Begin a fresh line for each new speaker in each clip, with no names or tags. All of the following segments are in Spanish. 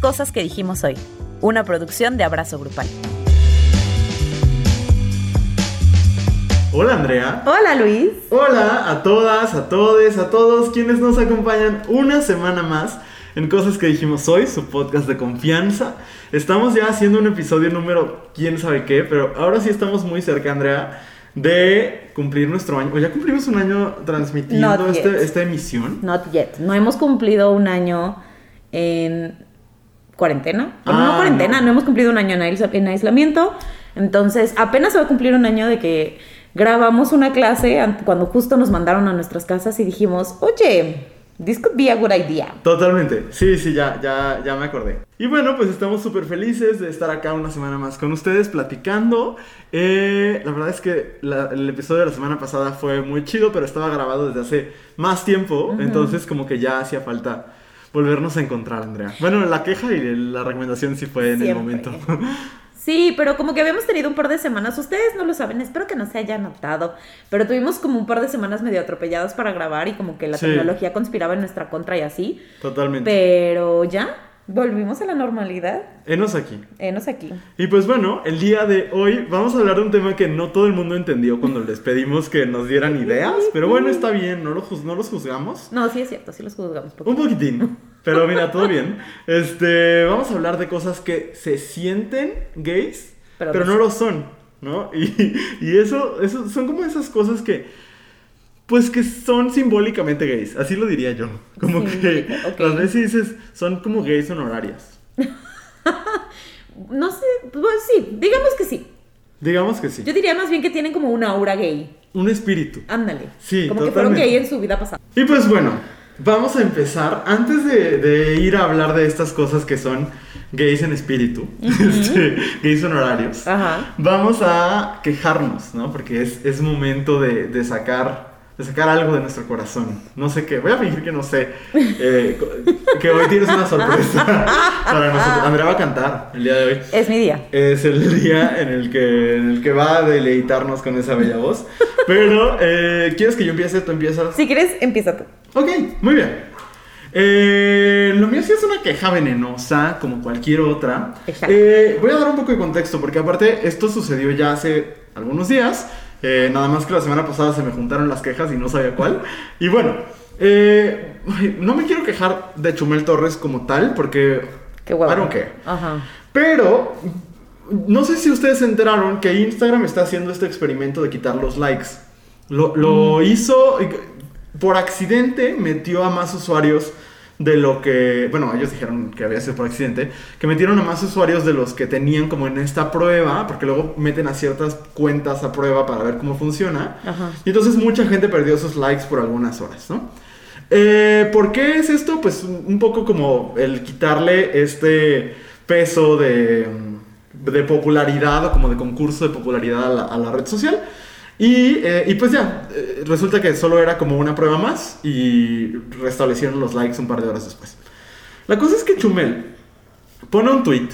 cosas que dijimos hoy. Una producción de Abrazo Grupal.
Hola Andrea.
Hola Luis.
Hola a todas, a todes, a todos quienes nos acompañan una semana más en Cosas que dijimos hoy, su podcast de confianza. Estamos ya haciendo un episodio número quién sabe qué, pero ahora sí estamos muy cerca, Andrea, de cumplir nuestro año. O ya cumplimos un año transmitiendo
Not yet.
este- esta emisión.
Not yet. No hemos cumplido un año en cuarentena. Bueno,
Ah,
no cuarentena,
no.
no. hemos cumplido un año en, aisla- en aislamiento. Entonces, apenas se va a cumplir un año de que grabamos una clase an- cuando justo nos mandaron a nuestras casas y dijimos, oye, this could be a good idea.
Totalmente, sí, sí, ya, ya, ya me acordé. Y bueno, pues estamos súper felices de estar acá una semana más con ustedes platicando. Eh, la verdad es que la- el episodio de la semana pasada fue muy chido, pero estaba grabado desde hace más tiempo, entonces como que ya hacía falta volvernos a encontrar, Andrea. Bueno, la queja y la recomendación sí fue en el
Siempre.
momento.
Sí, pero como que habíamos tenido un par de semanas, ustedes no lo saben, espero que no se haya notado, pero tuvimos como un par de semanas medio atropelladas para grabar y como que la
Sí.
tecnología conspiraba en nuestra contra y así,
Totalmente.
pero ya volvimos a la normalidad.
Enos aquí.
Enos aquí.
Y pues bueno, el día de hoy vamos a hablar de un tema que no todo el mundo entendió cuando les pedimos que nos dieran ideas, pero bueno, está bien, no, lo juz- no los juzgamos.
No, sí es cierto, sí los juzgamos. porque-
Un poquitín, pero mira, todo bien. Este, vamos a hablar de cosas que se sienten gays, pero,
Pero
no
no
lo son, ¿no? Y, y eso, eso son como esas cosas que, pues que son simbólicamente gays, así lo diría yo. Como que
Simbólica, ok.
las veces dices, son como gays honorarias.
No sé, pues sí, digamos que sí.
Digamos que sí.
Yo diría más bien que tienen como una aura gay.
Un espíritu.
Ándale.
Sí,
Como que fueron
totalmente.
gay en su vida pasada.
Y pues bueno, vamos a empezar. Antes de, de ir a hablar de estas cosas que son gays en espíritu, este, gays honorarios,
Ajá.
vamos a quejarnos, ¿no? Porque es, es momento de, de sacar. De sacar algo de nuestro corazón. No sé qué. Voy a fingir que no sé. eh, co- que hoy tienes una sorpresa para nosotros. Andrea va a cantar el día de hoy.
Es mi día.
Es el día en el que, en el que va a deleitarnos con esa bella voz. Pero, eh, ¿quieres que yo empiece? ¿Tú empiezas?
Si quieres, empieza tú.
Ok, muy bien. Eh, lo mío sí es una queja venenosa, como cualquier otra.
Exacto.
Eh, voy a dar un poco de contexto, porque aparte esto sucedió ya hace algunos días. Eh, nada más que la semana pasada se me juntaron las quejas y no sabía cuál. Y bueno, eh, ay, no me quiero quejar de Chumel Torres como tal, porque...
Qué huevo.
I don't care.
Ajá.
Pero no sé si ustedes se enteraron que Instagram está haciendo este experimento de quitar los likes. Lo, lo hizo eh, por accidente, metió a más usuarios de lo que, bueno, ellos dijeron que había sido por accidente, que metieron a más usuarios de los que tenían como en esta prueba, porque luego meten a ciertas cuentas a prueba para ver cómo funciona.
Ajá.
Y entonces mucha gente perdió sus likes por algunas horas, ¿no? Eh, ¿Por qué es esto? Pues un un poco como el quitarle este peso de, mm, de popularidad o como de concurso de popularidad a la, a la red social. Y, eh, y pues ya, eh, resulta que solo era como una prueba más y restablecieron los likes un par de horas después. La cosa es que Chumel pone un tweet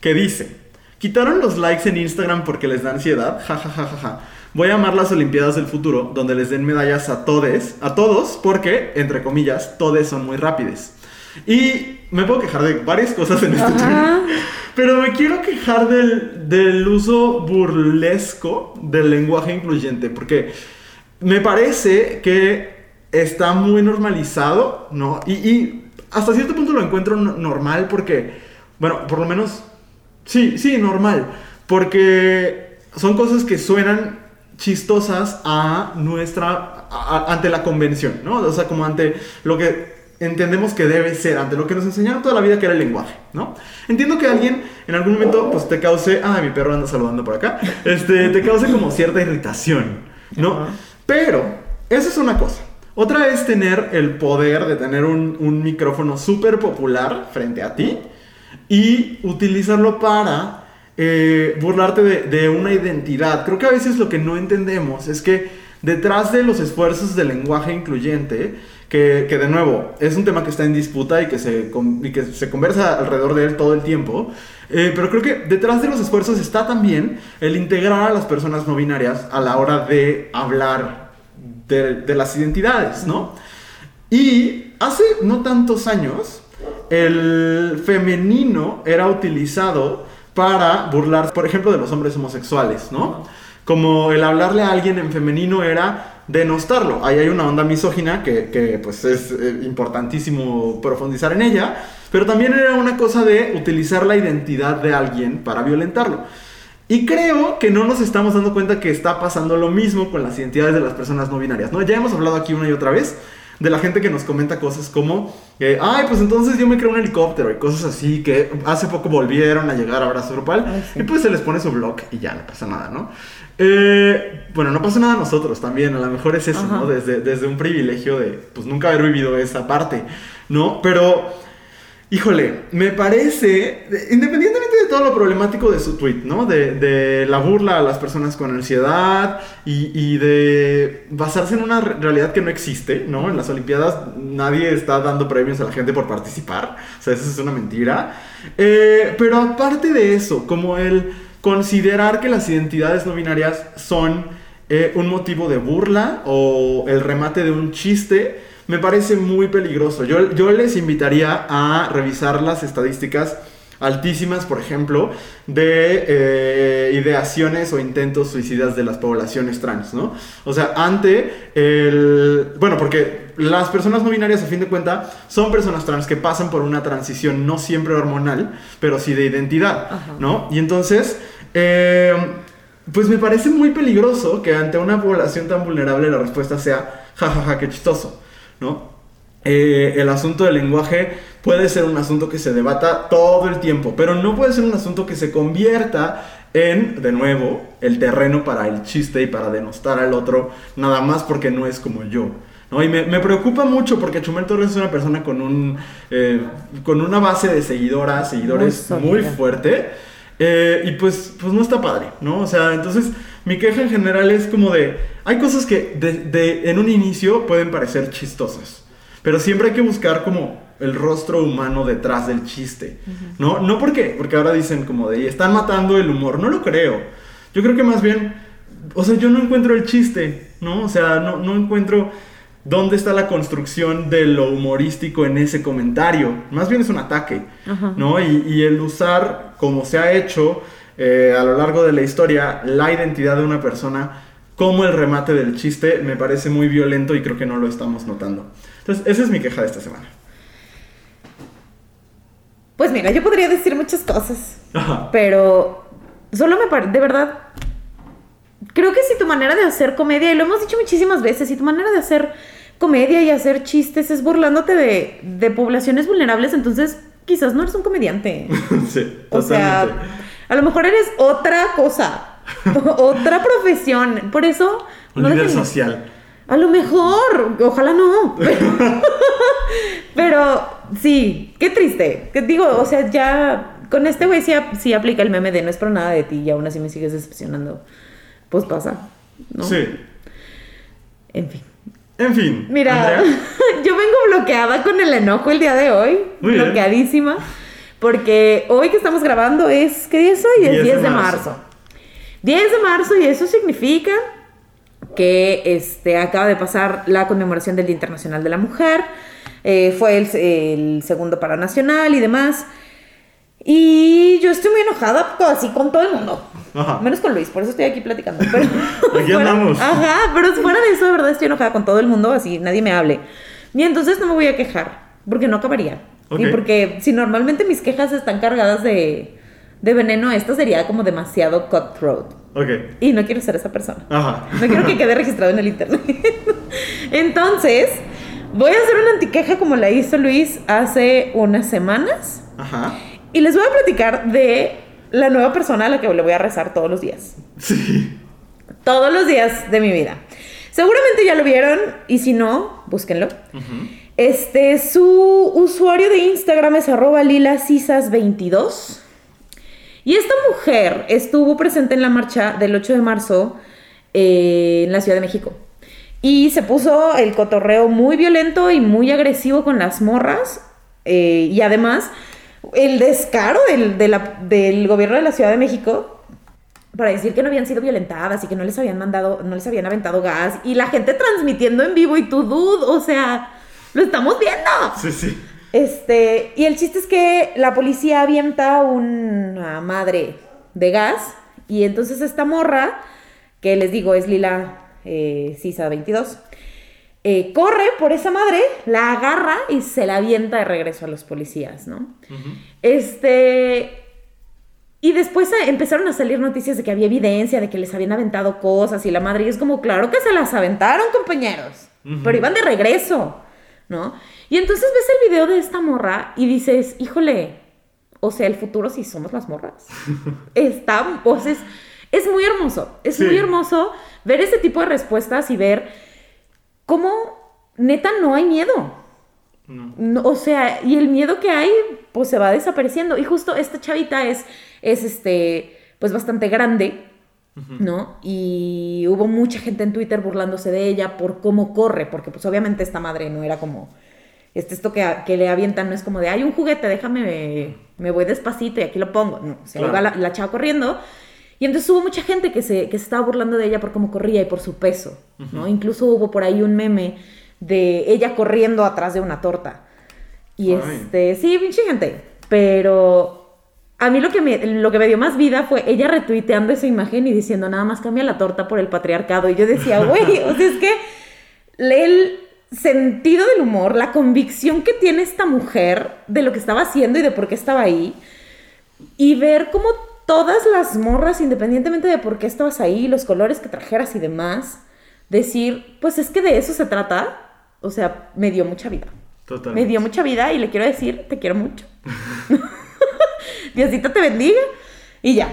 que dice: Quitaron los likes en Instagram porque les da ansiedad. Ja, ja, ja, ja, ja. Voy a amar las Olimpiadas del futuro, donde les den medallas a todes, a todos, porque, entre comillas, todes son muy rápidos. Y me puedo quejar de varias cosas en este
Ajá.
tweet, pero me quiero quejar del, del uso burlesco del lenguaje incluyente, porque me parece que está muy normalizado, ¿no? Y, y hasta cierto punto lo encuentro no- normal porque, bueno, por lo menos, sí, sí, normal, porque son cosas que suenan chistosas a nuestra, a- a- ante la convención, ¿no? O sea, como ante lo que entendemos que debe ser, ante lo que nos enseñaron toda la vida que era el lenguaje, ¿no? Entiendo que alguien en algún momento, pues te cause, ah, mi perro anda saludando por acá, este, te cause como cierta irritación, ¿no?
Ajá.
Pero, eso es una cosa. Otra es tener el poder de tener un, un micrófono súper popular frente a ti y utilizarlo para eh, burlarte de, de una identidad. Creo que a veces lo que no entendemos es que detrás de los esfuerzos del lenguaje incluyente, que, que de nuevo es un tema que está en disputa y que se, con- y que se conversa alrededor de él todo el tiempo, eh, pero creo que detrás de los esfuerzos está también el integrar a las personas no binarias a la hora de hablar de, de las identidades, ¿no? Y hace no tantos años, el femenino era utilizado para burlar, por ejemplo, de los hombres homosexuales, ¿no? Como el hablarle a alguien en femenino era denostarlo. Ahí hay una onda misógina que, que, pues es eh, importantísimo profundizar en ella, pero también era una cosa de utilizar la identidad de alguien para violentarlo. Y creo que no nos estamos dando cuenta que está pasando lo mismo con las identidades de las personas no binarias, ¿no? Ya hemos hablado aquí una y otra vez de la gente que nos comenta cosas como, eh, ay, pues entonces yo me creo un helicóptero y cosas así que hace poco volvieron a llegar a Brazo Grupal
Ay, sí.
y pues se les pone su blog y ya no pasa nada, ¿no? Eh, bueno, no pasa nada a nosotros también, a lo mejor es eso,
Ajá.
¿no? Desde, desde un privilegio de, pues nunca haber vivido esa parte, ¿no? Pero... Híjole, me parece, de- independientemente de todo lo problemático de su tweet, ¿no? De, de la burla a las personas con ansiedad y, y de basarse en una re- realidad que no existe, ¿no? En las Olimpiadas nadie está dando premios a la gente por participar, o sea, eso es una mentira. Eh, pero aparte de eso, como el considerar que las identidades no binarias son eh, un motivo de burla o el remate de un chiste, me parece muy peligroso. Yo, yo les invitaría a revisar las estadísticas altísimas, por ejemplo, de eh, ideaciones o intentos suicidas de las poblaciones trans, ¿no? O sea, ante el... Bueno, porque las personas no binarias, a fin de cuenta, son personas trans que pasan por una transición no siempre hormonal, pero sí de identidad,
Ajá.
¿no? Y entonces... eh, pues me parece muy peligroso que ante una población tan vulnerable la respuesta sea, jajaja, qué chistoso, ¿no? Eh, el asunto del lenguaje puede ser un asunto que se debata todo el tiempo, pero no puede ser un asunto que se convierta en, de nuevo, el terreno para el chiste y para denostar al otro, nada más porque no es como yo. ¿no? Y me, me preocupa mucho porque Chumel Torres es una persona con, un, eh, con una base de seguidoras, seguidores
Muy
muy
sólida.
fuerte. Eh, y pues, pues no está padre, ¿no? O sea, entonces mi queja en general es como de, hay cosas que de- de- en un inicio pueden parecer chistosas, pero siempre hay que buscar como el rostro humano detrás del chiste, ¿no? No porque, porque ahora dicen como de, están matando el humor, no lo creo. Yo creo que más bien, o sea, yo no encuentro el chiste, ¿no? O sea, no, no encuentro dónde está la construcción de lo humorístico en ese comentario. Más bien es un ataque.
Ajá.
¿no? Y, y el usar, como se ha hecho eh, a lo largo de la historia, la identidad de una persona como el remate del chiste, me parece muy violento y creo que no lo estamos notando. Entonces, esa es mi queja de esta semana.
Pues mira, yo podría decir muchas cosas,
Ajá.
pero solo me parece, de verdad, creo que si tu manera de hacer comedia, y lo hemos dicho muchísimas veces, si tu manera de hacer comedia y hacer chistes es burlándote de, de poblaciones vulnerables, entonces quizás no eres un comediante.
sí,
O sea,
totalmente.
a lo mejor eres otra cosa, otra profesión. Por eso...
Un
no
líder
dejen-
social.
a lo mejor, ojalá no. Pero, pero sí, qué triste. Que digo, o sea, ya con este güey sí, ap- sí aplica el meme de no espero nada de ti y aún así me sigues decepcionando. Pues pasa, ¿no?
Sí.
En fin.
En fin.
Mira,
Mm. Andrea,
yo vengo bloqueada con el enojo el día de hoy.
Muy bien.
bloqueadísima. Porque hoy que estamos grabando es. ¿Qué día es hoy? Es 10, de marzo. 10 de marzo y eso significa que este, acaba de pasar la conmemoración del Día Internacional de la Mujer. Eh, fue el, el segundo paro nacional y demás. Y yo estoy muy enojada co- así con todo el mundo.
Ajá.
Menos con Luis, por eso estoy aquí platicando. Pero
Aquí
fuera-
andamos.
Ajá, pero fuera de eso, de verdad estoy enojada con todo el mundo, así nadie me hable. Y entonces no me voy a quejar, porque no acabaría.
Ok.
Y porque si normalmente mis quejas están cargadas de, de veneno, esta sería como demasiado cutthroat.
Ok.
Y no quiero ser esa persona.
Ajá.
No quiero que quede registrado en el internet. Entonces, voy a hacer una antiqueja como la hizo Luis hace unas semanas.
Ajá.
Y les voy a platicar de la nueva persona a la que le voy a rezar todos los días.
Sí.
Todos los días de mi vida. Seguramente ya lo vieron y si no, búsquenlo.
Ujú.
Este, su usuario de Instagram es arroba lilacisas22. Y esta mujer estuvo presente en la marcha del 8 de marzo eh, en la Ciudad de México. Y se puso el cotorreo muy violento y muy agresivo con las morras. eh, y además, el descaro del, de la- del gobierno de la Ciudad de México para decir que no habían sido violentadas y que no les habían mandado, no les habían aventado gas. Y la gente transmitiendo en vivo y tú, dude, o sea, lo estamos viendo.
Sí, sí.
Este, y el chiste es que la policía avienta una madre de gas y entonces esta morra, que les digo es Lila eh, Sisa 22, eh, corre por esa madre, la agarra y se la avienta de regreso a los policías, ¿no? Este. Y después eh, empezaron a salir noticias de que había evidencia, de que les habían aventado cosas y la madre. Y es como, claro que se las aventaron, compañeros.
Ujú.
Pero iban de regreso, ¿no? Y entonces ves el video de esta morra y dices, híjole, o sea, el futuro si somos las morras. Está, pues es, es muy hermoso. Es
Sí.
muy hermoso ver ese tipo de respuestas y ver cómo neta no hay miedo.
No.
No, o sea, y el miedo que hay, pues se va desapareciendo. Y justo esta chavita es, es este, pues bastante grande, ¿no? Y hubo mucha gente en Twitter burlándose de ella por cómo corre, porque pues obviamente esta madre no era como, este, esto que, que le avientan no es como de, hay un juguete, déjame, me voy despacito y aquí lo pongo. No, o sea,
Claro.
iba la, la chava corriendo. Y entonces hubo mucha gente que se, que se estaba burlando de ella por cómo corría y por su peso, ¿no? Incluso hubo por ahí un meme de ella corriendo atrás de una torta. Y
Ay.
este, sí, pinche gente. Pero a mí lo que, me, lo que me dio más vida fue ella retuiteando esa imagen y diciendo nada más cambia la torta por el patriarcado. Y yo decía, güey, o sea, es que le- el sentido del humor, la convicción que tiene esta mujer de lo que estaba haciendo y de por qué estaba ahí. Y ver cómo todas las morras, independientemente de por qué estabas ahí, los colores que trajeras y demás, decir, pues es que de eso se trata. O sea, me dio mucha vida.
Total.
Me dio mucha vida y le quiero decir, te quiero mucho. Diosito te bendiga. Y ya.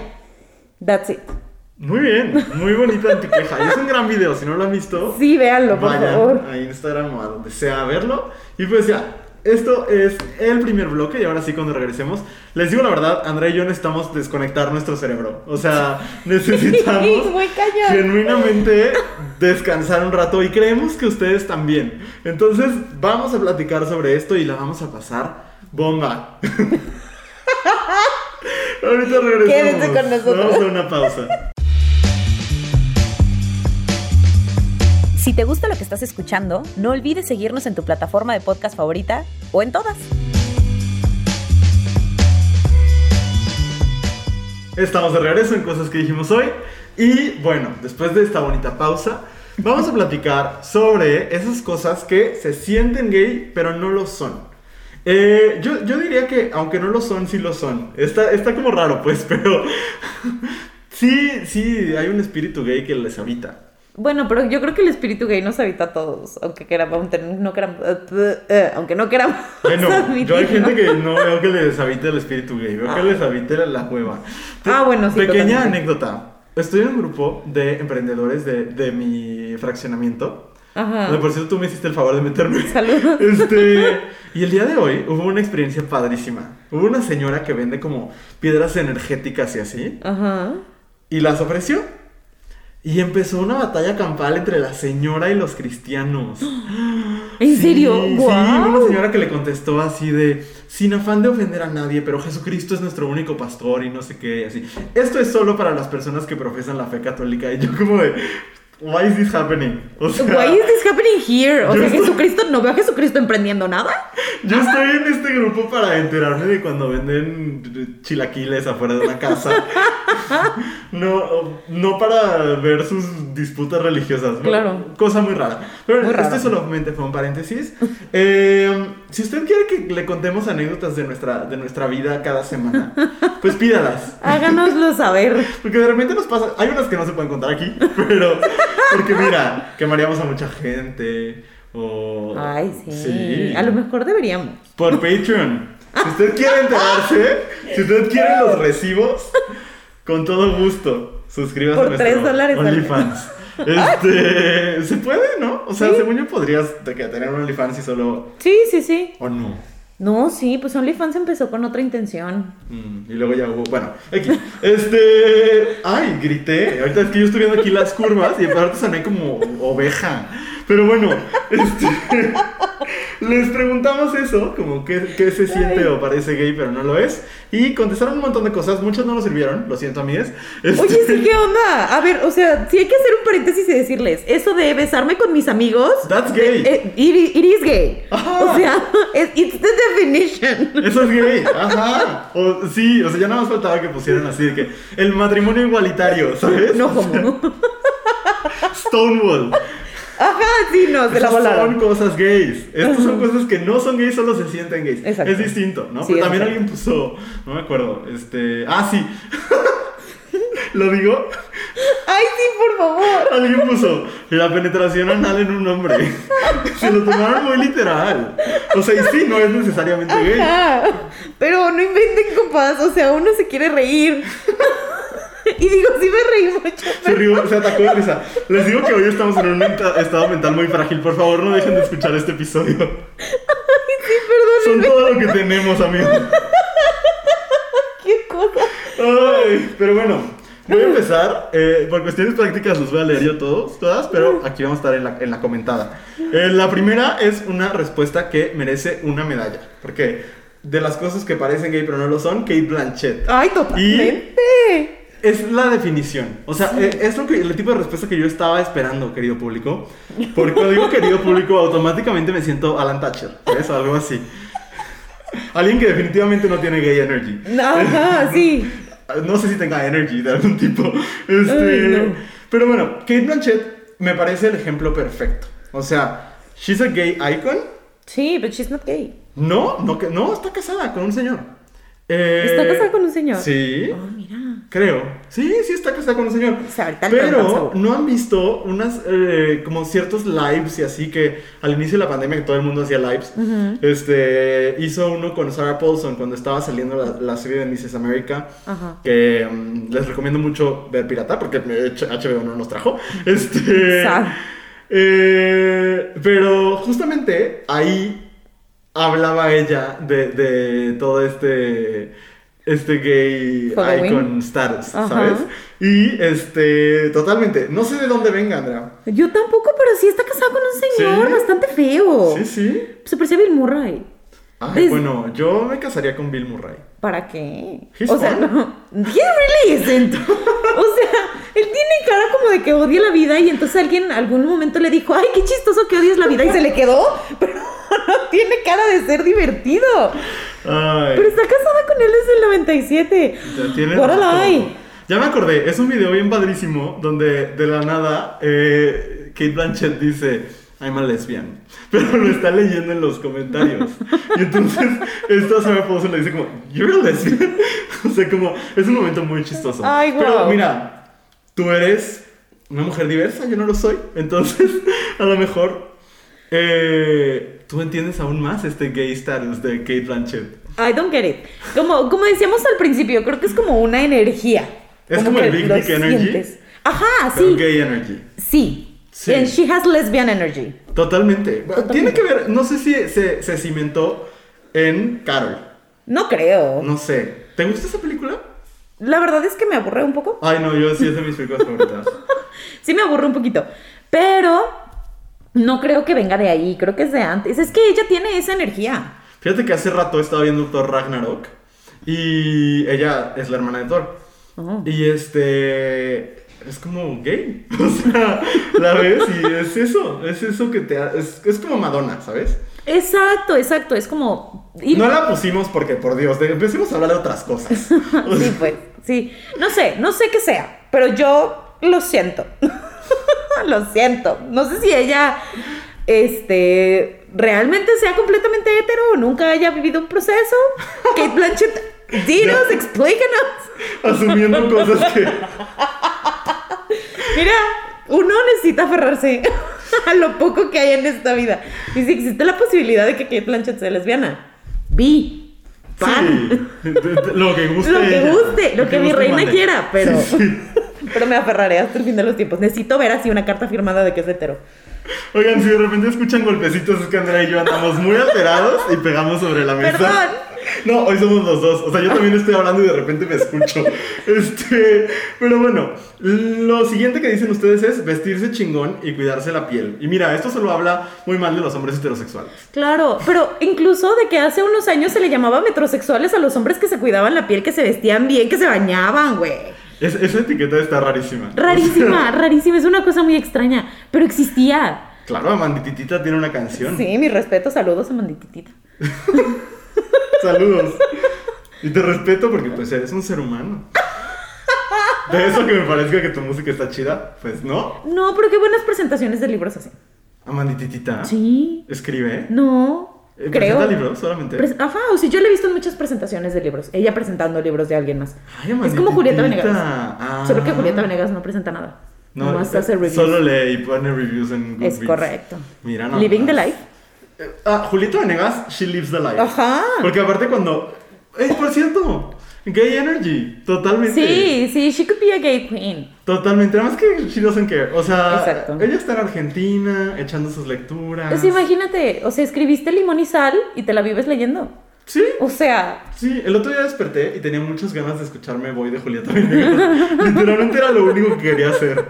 That's it.
Muy bien, muy bonita antiqueja. Y es un gran video, si no lo han visto.
Sí, véanlo, por
vayan
favor.
a Instagram o a donde sea a verlo. Y pues ya, esto es el primer bloque y ahora sí cuando regresemos, les digo la verdad, Andrea y yo necesitamos desconectar nuestro cerebro. O sea, necesitamos
Muy cañón.
genuinamente descansar un rato y creemos que ustedes también. Entonces vamos a platicar sobre esto y la vamos a pasar bomba. Ahorita regresamos.
Quédense con nosotros.
Vamos a una pausa.
Si te gusta lo que estás escuchando, no olvides seguirnos en tu plataforma de podcast favorita o en todas.
Estamos de regreso en cosas que dijimos hoy. Y bueno, después de esta bonita pausa, vamos a platicar sobre esas cosas que se sienten gay, pero no lo son. Eh, yo, yo diría que, aunque no lo son, sí lo son. Está, está como raro, pues, pero sí, sí, hay un espíritu gay que les habita.
Bueno, pero yo creo que el espíritu gay nos habita a todos, aunque queramos, no queramos, eh, eh, aunque no queramos.
Bueno, yo hay
admitirlo.
gente que no veo que les habite el espíritu gay, veo que les habite la, la cueva.
Ah, bueno, sí,
Pequeña
totalmente.
anécdota. Estoy en un grupo de emprendedores de, de mi fraccionamiento.
Ajá.
Donde, por cierto, tú me hiciste el favor de meterme.
Ah. Saludos.
Este, y el día de hoy hubo una experiencia padrísima. Hubo una señora que vende como piedras energéticas y así,
Ajá.
y las ofreció. Y empezó una batalla campal entre la señora y los cristianos.
¿En
Sí,
serio?
Sí,
¡Guau!
una señora que le contestó así de, sin afán de ofender a nadie, pero Jesucristo es nuestro único pastor y no sé qué, y así. Esto es solo para las personas que profesan la fe católica. Y yo como de, why is this happening? O sea,
Why is this happening here? O
Yo
sea,
estoy-
Jesucristo, no veo a Jesucristo emprendiendo nada.
Yo estoy en este grupo para enterarme de cuando venden chilaquiles afuera de una casa. No, no para ver sus disputas religiosas.
Claro.
Cosa muy rara. Pero
Muy rara.
este solamente fue un paréntesis. Eh, si usted quiere que le contemos anécdotas de nuestra, de nuestra vida cada semana, pues pídalas.
Háganoslo saber.
Porque de repente nos pasa. Hay unas que no se pueden contar aquí, pero. Porque mira, quemaríamos a mucha gente. O.
Ay, sí. A lo mejor deberíamos.
Por Patreon. Si usted quiere enterarse, si usted quiere los recibos, con todo gusto, suscríbase
Por
a nuestro
tres dólares al
OnlyFans. Este, se puede, ¿no? O sea, según yo podrías de que tener un OnlyFans y solo
Sí, sí, sí.
o no.
No, sí, pues OnlyFans empezó con otra intención.
Mm, Y luego ya hubo, bueno, aquí. Este, ay, grité. Ahorita es que yo estoy viendo aquí las curvas y aparte soné como oveja. Pero bueno, este, les preguntamos eso, como qué, qué se siente o parece gay pero no lo es. Y contestaron un montón de cosas, muchas no nos sirvieron, lo siento amigues. Este,
Oye, sí, ¿qué onda? A ver, o sea, sí hay que hacer un paréntesis y decirles, eso de besarme con mis amigos,
That's gay.
eh, it, i- it is gay.
Ajá.
O sea, Es- it's the definition.
Eso es gay, ajá. O, sí, o sea, ya nada más faltaba que pusieran así de que el matrimonio igualitario, ¿sabes?
No como.
Stonewall.
Ajá, sí, no, se la
Esas son
volaron.
cosas gays. Estas son cosas que no son gays, solo se sienten gays.
Exacto.
Es distinto, ¿no?
Sí,
Pero
es
también
diferente.
alguien puso, no me acuerdo, este. Ah, sí. Lo digo,
Ay, sí, por favor.
alguien puso la penetración anal en un hombre. Se lo tomaron muy literal. O sea, y sí, no es necesariamente gay.
Ajá. Ah, Pero no inventen copas, o sea, uno se quiere reír. Y digo, sí me reí mucho.
Se, rió, se atacó de risa. Les digo que hoy estamos en un menta- estado mental muy frágil. Por favor, no dejen de escuchar este episodio. Son
Perdónenme,
todo lo que tenemos, amigos.
qué cosa.
Ay, pero bueno, voy a empezar. eh, por cuestiones prácticas los voy a leer yo todos, todas, pero aquí vamos a estar en la, en la comentada. Eh, la primera es una respuesta que merece una medalla. Porque de las cosas que parecen gay pero no lo son, Kate Blanchett.
Ay, totalmente.
Es la definición. O sea, eh, es lo que, el tipo de respuesta que yo estaba esperando, querido público. Porque cuando digo querido público, automáticamente me siento Alan Thatcher. ¿Ves? Algo así. Alguien que definitivamente no tiene gay energy.
Ajá, sí.
No sé si tenga energy de algún tipo. Este,
Ay, no.
Pero bueno, Kate Blanchett me parece el ejemplo perfecto. O sea, she's a gay icon.
Sí, pero she's not gay.
No, no, que- no está casada con un señor. Eh,
¿Está casada con un señor?
Sí,
Oh, mira.
creo. Sí, sí está casada con un señor.
O sea, ahorita le preguntamos
Pero
seguro.
no han visto unas eh, como ciertos lives y así que al inicio de la pandemia que todo el mundo hacía lives, este hizo uno con Sarah Paulson cuando estaba saliendo la, la serie de Mrs. America,
Ajá.
que mm, les recomiendo mucho ver pirata porque eh, H- HBO no nos trajo. Este,
Sad.
eh, pero justamente ahí hablaba ella de, de todo este este gay
Following.
icon status,
Ajá.
¿sabes? Y este, totalmente, no sé de dónde venga, Andrea.
Yo tampoco, pero sí está casada con un señor
¿Sí?
bastante feo.
Sí, sí.
Se parece a Bill Murray.
Ay,
Oh. Es-
bueno, yo me casaría con Bill Murray.
¿Para qué?
He's
o sea,
fun.
no. He really isn't. O sea, él tiene cara como de que odia la vida y entonces alguien en algún momento le dijo, ay, qué chistoso que odias la vida y se le quedó, pero no tiene cara de ser divertido.
Ay,
Pero está casada con él desde el 97.
ya tiene
What a
rato.
lie.
Ya me acordé, es un video bien padrísimo donde de la nada eh, Kate Blanchett dice I'm a lesbian, pero lo está leyendo en los comentarios. Y entonces esta Sarah Paulson le dice como You're a lesbian. O sea, como es un momento muy chistoso.
Ay,
Pero
guau.
mira, tú eres una mujer diversa, yo no lo soy. Entonces, a lo mejor eh, tú entiendes aún más este gay status de Kate Blanchett.
I don't get it. Como, como decíamos al principio, creo que es como una energía.
Es como el Big
lo
Dick Energy.
sientes. Ajá,
Pero
sí.
gay energy.
Sí.
Sí.
And she has lesbian energy.
Totalmente.
Totalmente.
Tiene que ver, no sé si se, se cimentó en Carol.
No creo.
No sé. ¿Te gusta esa película?
La verdad es que me aburre un poco.
Ay, no, yo sí es de mis películas favoritas.
Sí me aburre un poquito. Pero no creo que venga de ahí. Creo que es de antes. Es que ella tiene esa energía.
Fíjate que hace rato estaba viendo Thor Ragnarok y ella es la hermana de Thor.
Oh.
Y este. Es como gay. O sea, la ves y es eso. Es eso que te. ha- Es, es como Madonna, ¿sabes?
Exacto, exacto. Es como... y-
No la pusimos porque, por Dios, de- empecemos a hablar de otras cosas. O sea,
Sí, pues. Sí. No sé, no sé qué sea. Pero yo lo siento. lo siento. No sé si ella... Este... Realmente sea completamente hetero o nunca haya vivido un proceso. Kate Blanchett, dinos, explícanos.
Asumiendo cosas que.
Mira, uno necesita aferrarse a lo poco que hay en esta vida. Y si existe la posibilidad de que Kate Blanchett sea lesbiana, vi. Pan.
Sí, de- de- lo que guste.
Lo que
ella.
guste, lo que mi
guste
reina
mande.
quiera, pero-
Sí, sí.
Pero me aferraré hasta el fin de los tiempos. Necesito ver así una carta firmada de que es hetero.
Oigan, si de repente escuchan golpecitos, es que Andrea y yo andamos muy alterados y pegamos sobre la mesa.
Perdón.
No, hoy somos los dos. O sea, yo también estoy hablando y de repente me escucho. Este. Pero bueno, lo siguiente que dicen ustedes es vestirse chingón y cuidarse la piel. Y mira, esto solo habla muy mal de los hombres heterosexuales.
Claro, pero incluso de que hace unos años se le llamaba metrosexuales a los hombres que se cuidaban la piel, que se vestían bien, que se bañaban, güey.
Es- esa etiqueta está rarísima.
Rarísima, rarísima. Es una cosa muy extraña, pero existía.
Claro, Amandititita tiene una canción.
Sí, mi respeto, saludos a Mandititita.
Saludos. Y te respeto porque pues eres un ser humano. De eso que me parezca que tu música está chida, pues no.
No, pero qué buenas presentaciones de libros hacen.
Amandititita.
Sí.
Escribe.
No,
Ah. Eh,
creo.
Presenta libros solamente.
Pres- Ajá, o sea, yo le he visto en muchas presentaciones de libros. Ella presentando libros de alguien más.
Ay, Amandititita.
como Julieta Venegas.
Ah.
Solo que Julieta Venegas no presenta nada.
No, eh,
Nomás hace reviews.
Solo lee y pone reviews en
Es
Goodreads.
correcto.
Mira, nada
Living the
más.
life.
Eh, Ah, Julieta Venegas, she lives the life.
Ajá.
Porque aparte cuando... Es por cierto, gay energy, totalmente.
Sí, sí, she could be a gay queen.
Totalmente, nada más que she doesn't care. O sea,
Exacto.
ella está en Argentina, echando sus lecturas.
O sea, imagínate, o sea, escribiste Limón y Sal y te la vives leyendo.
Sí,
O sea,
sí. El otro día desperté y tenía muchas ganas de escucharme Voy de Julieta Venegas. Literalmente era lo único que quería hacer.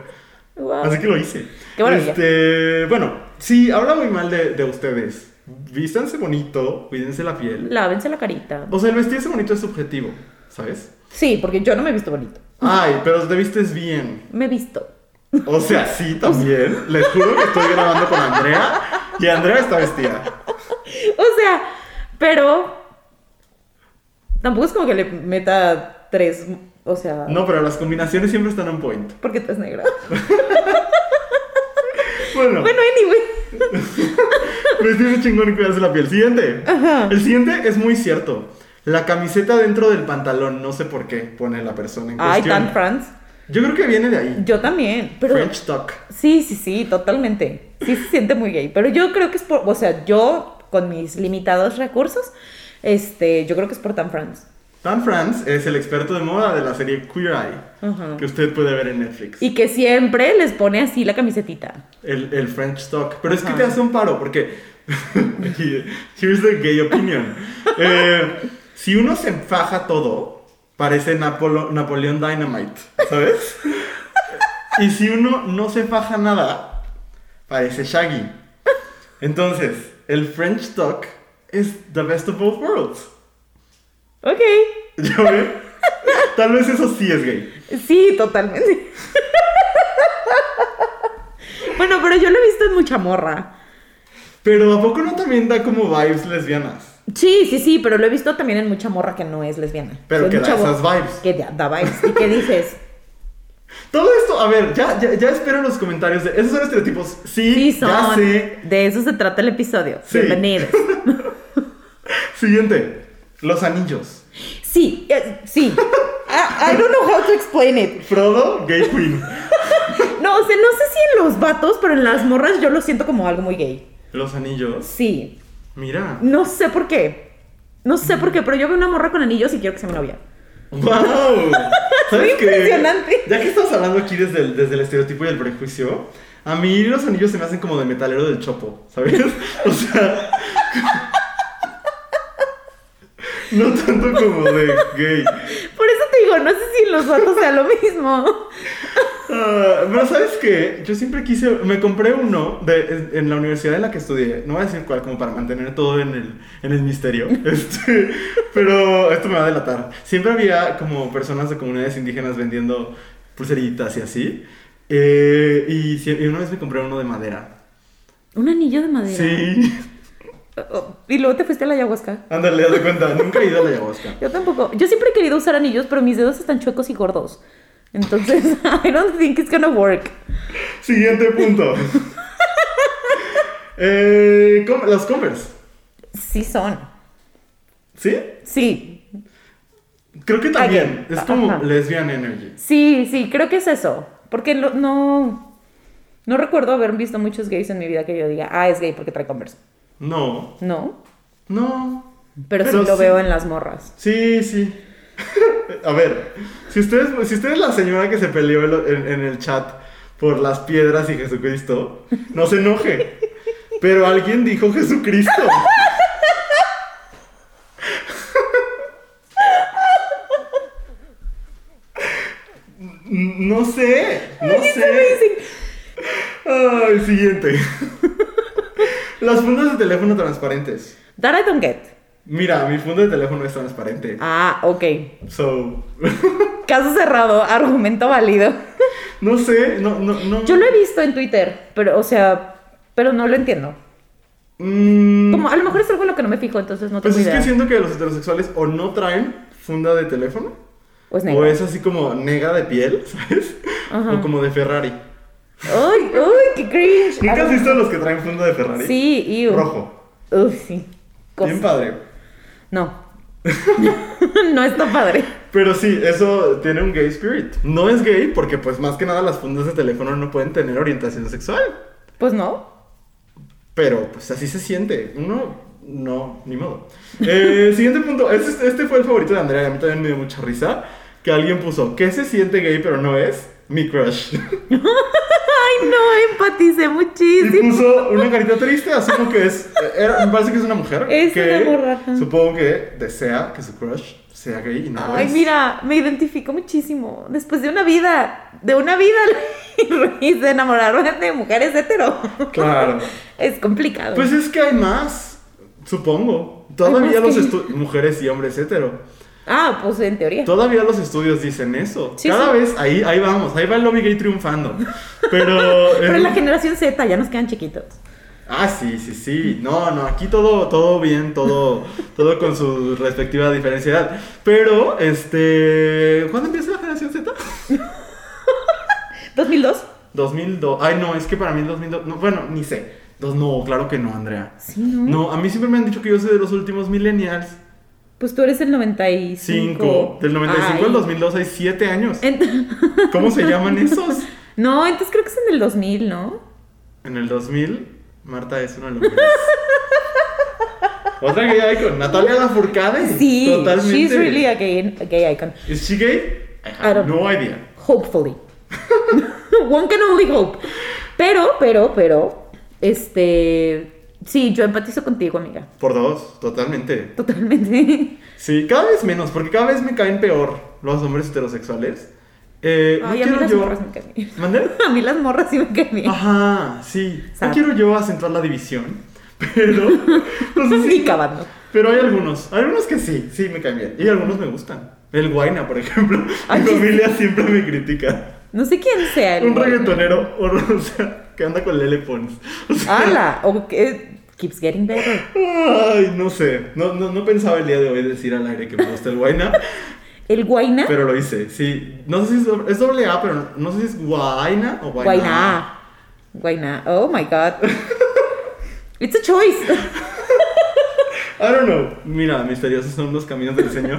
wow.
Así que lo hice.
Qué maravilla.
Este, bueno, sí, habla muy mal de, de ustedes. Vístanse bonito, cuídense la piel.
lávense la carita.
O sea, el vestirse bonito es subjetivo, ¿sabes?
Sí, porque yo no me he visto bonito.
Ay, pero te vistes bien.
Me he visto.
O sea, sí también. Les juro que estoy grabando con Andrea y Andrea está vestida.
O sea, pero tampoco es como que le meta tres, o sea,
No, pero las combinaciones siempre están on point.
porque tú eres negra.
Bueno,
Bueno, anyway.
vestirse Pues chingón y cuidarse la piel. Siguiente.
Ajá.
El siguiente es muy cierto. La camiseta dentro del pantalón, no sé por qué pone la persona en
Ay,
cuestión.
tan France.
Yo creo que viene de ahí.
Yo también, pero
French Tuck.
sí, sí, sí, totalmente. Sí se siente muy gay, pero yo creo que es por, o sea, yo con mis limitados recursos, este, yo creo que es por tan France.
Dan Franz es el experto de moda de la serie Queer Eye,
Ajá.
que usted puede ver en Netflix.
Y que siempre les pone así la camisetita.
El, el French Talk. Pero es que
Ajá.
te hace un paro, porque. Here's the gay opinion. Eh, si uno se enfaja todo, parece Napolo- Napoleón Dynamite, ¿sabes? Y si uno no se faja nada, parece Shaggy. Entonces, el French Talk es the best of both worlds.
Ok.
¿Ya ven? Tal vez eso sí es gay.
Sí, totalmente. bueno, pero yo lo he visto en mucha morra.
Pero ¿a poco no también da como vibes lesbianas?
Sí, sí, sí, pero lo he visto también en mucha morra que no es lesbiana.
Pero
O sea,
que da
mucha bo-
esas vibes.
Que da, da vibes. Y que dices,
Todo esto, a ver, ya, ya, ya espero los comentarios de. Esos son estereotipos. Sí,
sí,
ya
son.
sé.
De eso se trata el episodio.
Sí.
Bienvenidos.
Siguiente. Los anillos.
Sí, eh, sí. Ah, I, I don't know how to explain it.
Frodo, gay queen.
No, o sea, no sé si en los vatos, pero en las morras yo lo siento como algo muy gay.
Los anillos.
Sí.
Mira.
No sé por qué. No sé por qué, pero yo veo una morra con anillos y quiero que sea mi novia.
¡Wow! ¿Sabes
Muy impresionante.
Ya que estamos hablando aquí desde el, desde el estereotipo y el prejuicio, a mí los anillos se me hacen como de metalero del chopo, ¿sabes? O sea. No tanto como de gay.
Por eso te digo, no sé si en los vatos sea lo mismo.
Ah, pero sabes qué, yo siempre quise, me compré uno de, en la universidad en la que estudié, no voy a decir cuál, como para mantener todo en el, en el misterio, este, pero esto me va a delatar. Siempre había como personas de comunidades indígenas vendiendo pulseritas y así, eh, y, sie- y una vez me compré uno de madera.
Un anillo de madera.
Sí,
Oh, Y luego te fuiste a la ayahuasca.
ándale, haz de cuenta, nunca he ido a la ayahuasca.
Yo tampoco. Yo siempre he querido usar anillos, pero mis dedos están chuecos y gordos. Entonces, I don't think it's gonna work.
Siguiente punto. Eh, com- las Converse,
Sí son.
¿sí?
Sí.
Creo que también,
Again.
es como
Ajá.
lesbian energy.
Sí, sí, creo que es eso. Porque lo- no. No recuerdo haber visto muchos gays en mi vida que yo diga, ah, es gay porque trae converse.
No,
No.
no.
Pero, sí, lo veo en las morras.
Sí, sí. A ver, si usted, es, si usted es la señora que se peleó en, lo- en- en el chat por las piedras y Jesucristo, no se enoje. Pero alguien dijo Jesucristo. No sé, no sé. Ay, siguiente. Las fundas de teléfono transparentes.
That I don't get.
Mira, mi fondo de teléfono es transparente.
Ah, ok.
So,
Caso cerrado, argumento válido.
no sé, no, no, no.
Yo lo he visto en Twitter, pero, o sea, pero no lo entiendo.
Mm,
Como, a lo mejor es algo en lo que no me fijo, entonces no
pues
tengo
es
idea.
que siento que los heterosexuales o no traen funda de teléfono,
O es
o
negro.
es así como nega de piel, ¿sabes?
Pues Ajá.
O como de Ferrari.
¡Ay, ay, qué cringe!
¿Nunca has
Ah,
visto los que traen funda de Ferrari?
Sí, y
Rojo.
sí.
Bien
Cosa.
padre.
No. no está padre.
Pero sí, eso tiene un gay spirit. No es gay porque pues más que nada las fundas de teléfono no pueden tener orientación sexual.
Pues no.
Pero pues así se siente. Uno, no, ni modo. Eh, siguiente punto. Este, este fue el favorito de Andrea. y A mí también me dio mucha risa. Que alguien puso, ¿qué se siente gay pero no es? Mi crush.
Ay, no, empaticé
Y
muchísimo.
puso una carita triste, asumo que es... eh, era- me parece que es una mujer.
Es
que
una morra, ajá.
Supongo que desea que su crush sea gay y no
Ay,
es.
mira, me identifico muchísimo. Después de una vida, de una vida, y se enamoraron de mujeres hetero.
Claro.
Es complicado.
Pues es que hay más, supongo.
Hay
Todavía
más
los
que-
estu- mujeres y hombres hetero.
ah, pues en teoría.
Todavía los estudios dicen eso.
Sí,
Cada
sí.
vez ahí, ahí vamos, ahí va el lobby gay triunfando. Pero.
Pero
eh,
la generación Z ya nos quedan chiquitos.
Ah, sí, sí, sí. No, no, aquí todo, todo bien, todo, todo con su respectiva diferencia de edad. Pero, este. ¿Cuándo empieza la generación Z?
2002.
2002. Ay, no, es que para mí el 2002. No, bueno, ni sé. Dos, no, claro que no, Andrea.
Sí, ¿no?
No, a mí siempre me han dicho que yo soy de los últimos millennials.
Pues tú eres el 95.
5. Del 95
Ay.
al 2002 hay 7 años.
Ent-
¿Cómo se llaman esos?
no, entonces creo que es en el 2000, ¿no?
En el 2000, Marta es una locura. Otra gay icon, Natalia Lafourcade.
Sí,
totalmente.
she's really a gay, a gay icon.
¿Es she gay? I
I
have
don't-
no idea.
Hopefully. One can only hope. Pero, pero, pero, este, sí, yo empatizo contigo, amiga.
Por dos, totalmente.
Totalmente.
Sí, cada vez menos, porque cada vez me caen peor los hombres heterosexuales. Eh,
Ay, a mí
no
las
quiero
morras
yo. Ah,
me caen bien.
¿Mandé?
A mí las morras sí me caen bien.
Ajá, sí.
Sad.
No quiero yo acentuar la división, pero. No sé
Ni
si-
cavando.
Pero hay algunos, hay algunos que sí, sí me caen bien. Y algunos me gustan. El Guaina, por ejemplo.
Ay,
Mi
sí.
familia siempre me critica.
No sé quién sea el.
Un reggaetonero o sea, que anda con Lele Pons. O sea,
¡Hala! O que- Keeps getting better.
ay, no sé. No, no, no pensaba el día de hoy decir al aire que me gusta el Guaina,
El Guaina.
pero lo hice. Sí, no sé si es doble, es doble A, pero no, no sé si es Guaina o Guaina.
Guainá. Guainá. Oh my god. It's a choice.
I don't know. Mira, misteriosos son los caminos del Señor.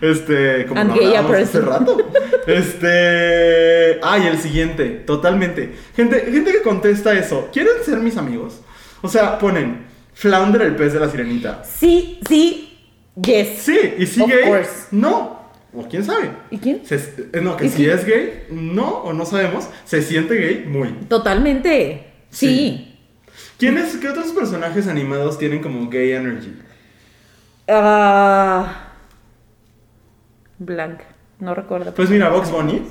Este, como
And
lo
gay
hablábamos hace
person.
rato. Este. Ay, el siguiente. Totalmente. Gente, gente que contesta eso. ¿Quieren ser mis amigos? O sea, ponen Flounder el pez de la sirenita.
Sí, sí, yes.
Sí, y si
Of
gay.
course.
No. O quién sabe.
¿Y quién?
Se- eh, no, que
¿Y
si
quién?
es gay, no, o no sabemos, se siente gay muy.
Totalmente. Sí.
¿Quiénes, qué otros personajes animados tienen como gay energy?
Ah. blank. No recuerdo.
Pues mira, Box Bunny.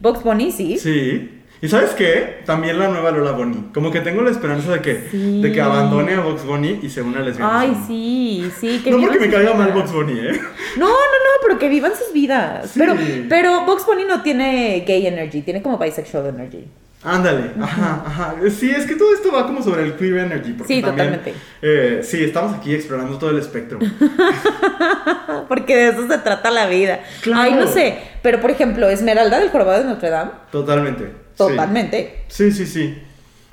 Box Bunny, sí.
Sí. ¿Y sabes qué? También la nueva Lola Bunny. Como que tengo la esperanza de que,
Sí.
de que abandone a Box Bunny y se una a lesbiana.
Ay, sí, sí. que
No
vivan
porque me
sus
caiga
vidas.
mal Box Bunny, ¿eh?
No, no, no, pero que vivan sus vidas.
Sí.
Pero, pero Box Bunny no tiene gay energy, tiene como bisexual energy.
Ándale, ajá, ajá. Sí, es que todo esto va como sobre el queer energy. Porque
Sí,
también,
totalmente.
eh, sí, estamos aquí explorando todo el espectro.
Ah, Porque de eso se trata la vida.
Claro.
Ay, no sé. Pero, por ejemplo, Esmeralda del Jorobado de Notre Dame.
Totalmente. sí.
Totalmente.
Sí, sí, sí.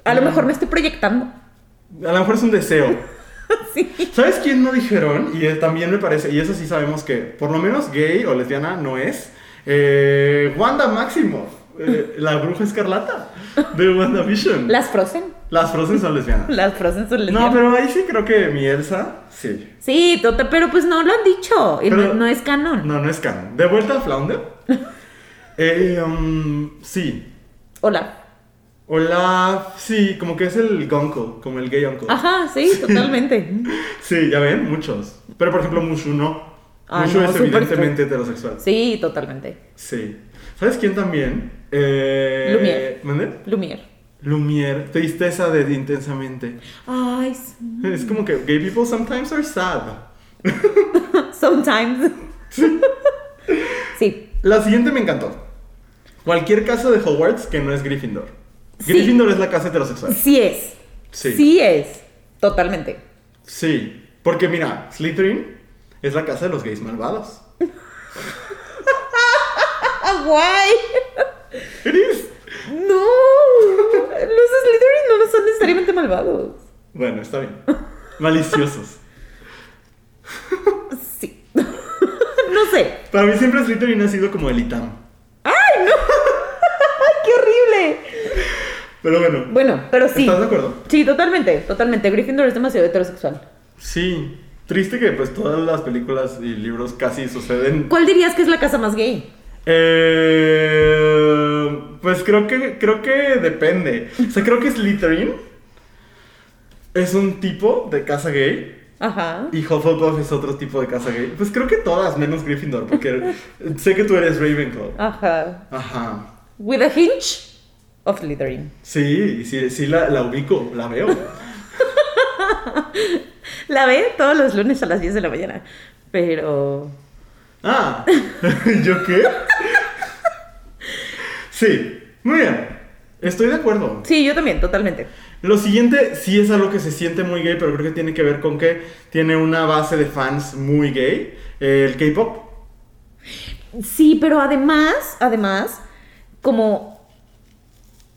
A lo mejor me estoy proyectando.
A lo mejor es un deseo.
Sí.
¿Sabes quién no dijeron? Y eh, también me parece, y eso sí sabemos que por lo menos gay o lesbiana no es. eh, Wanda Maximoff, eh, la bruja escarlata de WandaVision.
Las Frozen.
Las Frozen son lesbianas.
Las Frozen son
No,
lesbianas.
pero ahí sí creo que mi Elsa, sí.
Sí, tota- pero pues no lo han dicho. Y no-
Pero-
no, es canon.
No, no es canon. De vuelta a Flounder. Eh, um, sí.
Hola.
Hola, sí, como que es el gonco, como el gay uncle.
Ajá, sí, totalmente.
Sí, ya ven, muchos. Pero por ejemplo, Mushu no.
Ah,
Mushu
no,
es
súper
evidentemente heterosexual.
Sí, totalmente.
Sí. ¿Sabes quién también? Eh,
Lumière.
¿Mande?
Lumière.
Lumière. Tristeza de intensamente.
Ay, sí.
Es como que gay people sometimes are sad.
sometimes. Sí.
La siguiente me encantó. Cualquier casa de Hogwarts que no es Gryffindor.
Sí.
Gryffindor es la casa heterosexual.
Sí es.
Sí.
Sí es. Totalmente.
Sí, porque mira, Slytherin es la casa de los gays malvados.
¡Ah, guay!
¿Eres?
No. Los Slytherin no son necesariamente malvados.
Bueno, está bien. Maliciosos.
Sí. no sé.
Para mí siempre Slytherin ha sido como el Itam.
¡Ay, qué horrible!
Pero bueno.
Bueno, pero sí.
¿Estás de acuerdo?
Sí, totalmente, totalmente. Gryffindor es demasiado heterosexual.
Sí. Triste que pues todas las películas y libros casi suceden.
¿Cuál dirías que es la casa más gay?
Eh, pues creo que creo que depende. O sea, creo que Slytherin es un tipo de casa gay
Ajá.
Y Hufflepuff es otro tipo de casa gay. Pues creo que todas, menos Gryffindor, porque sé que tú eres Ravenclaw.
Ajá.
Ajá.
With a hinge of Slytherin.
Sí, sí, sí la, la ubico, la veo.
La ve todos los lunes a las 10 de la mañana. Pero.
Ah, ¿yo qué? Sí, muy bien. Estoy de acuerdo.
Sí, yo también, totalmente.
Lo siguiente sí es algo que se siente muy gay, pero creo que tiene que ver con que tiene una base de fans muy gay. El K-pop.
Sí, pero además, además, como.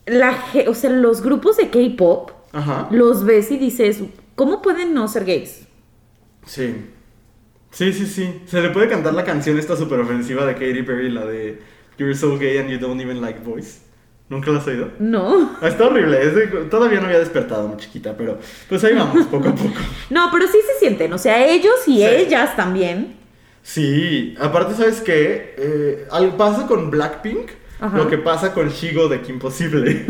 La, ge- o sea, los grupos de K-pop
Ajá.
los ves y dices, ¿cómo pueden no ser gays?
Sí. Sí, sí, sí. Se le puede cantar la canción esta super ofensiva de Katy Perry, la de You're so gay and you don't even like boys. ¿Nunca la has oído?
No.
Ah, Está horrible. es de- todavía no había despertado, muy chiquita, pero pues ahí vamos, poco a poco.
No, pero sí se sienten. O sea, ellos y
Sí.
ellas también.
Sí, aparte, ¿sabes qué? Eh, al paso con Blackpink,
Ajá.
lo que pasa con Shigo de Kim Possible,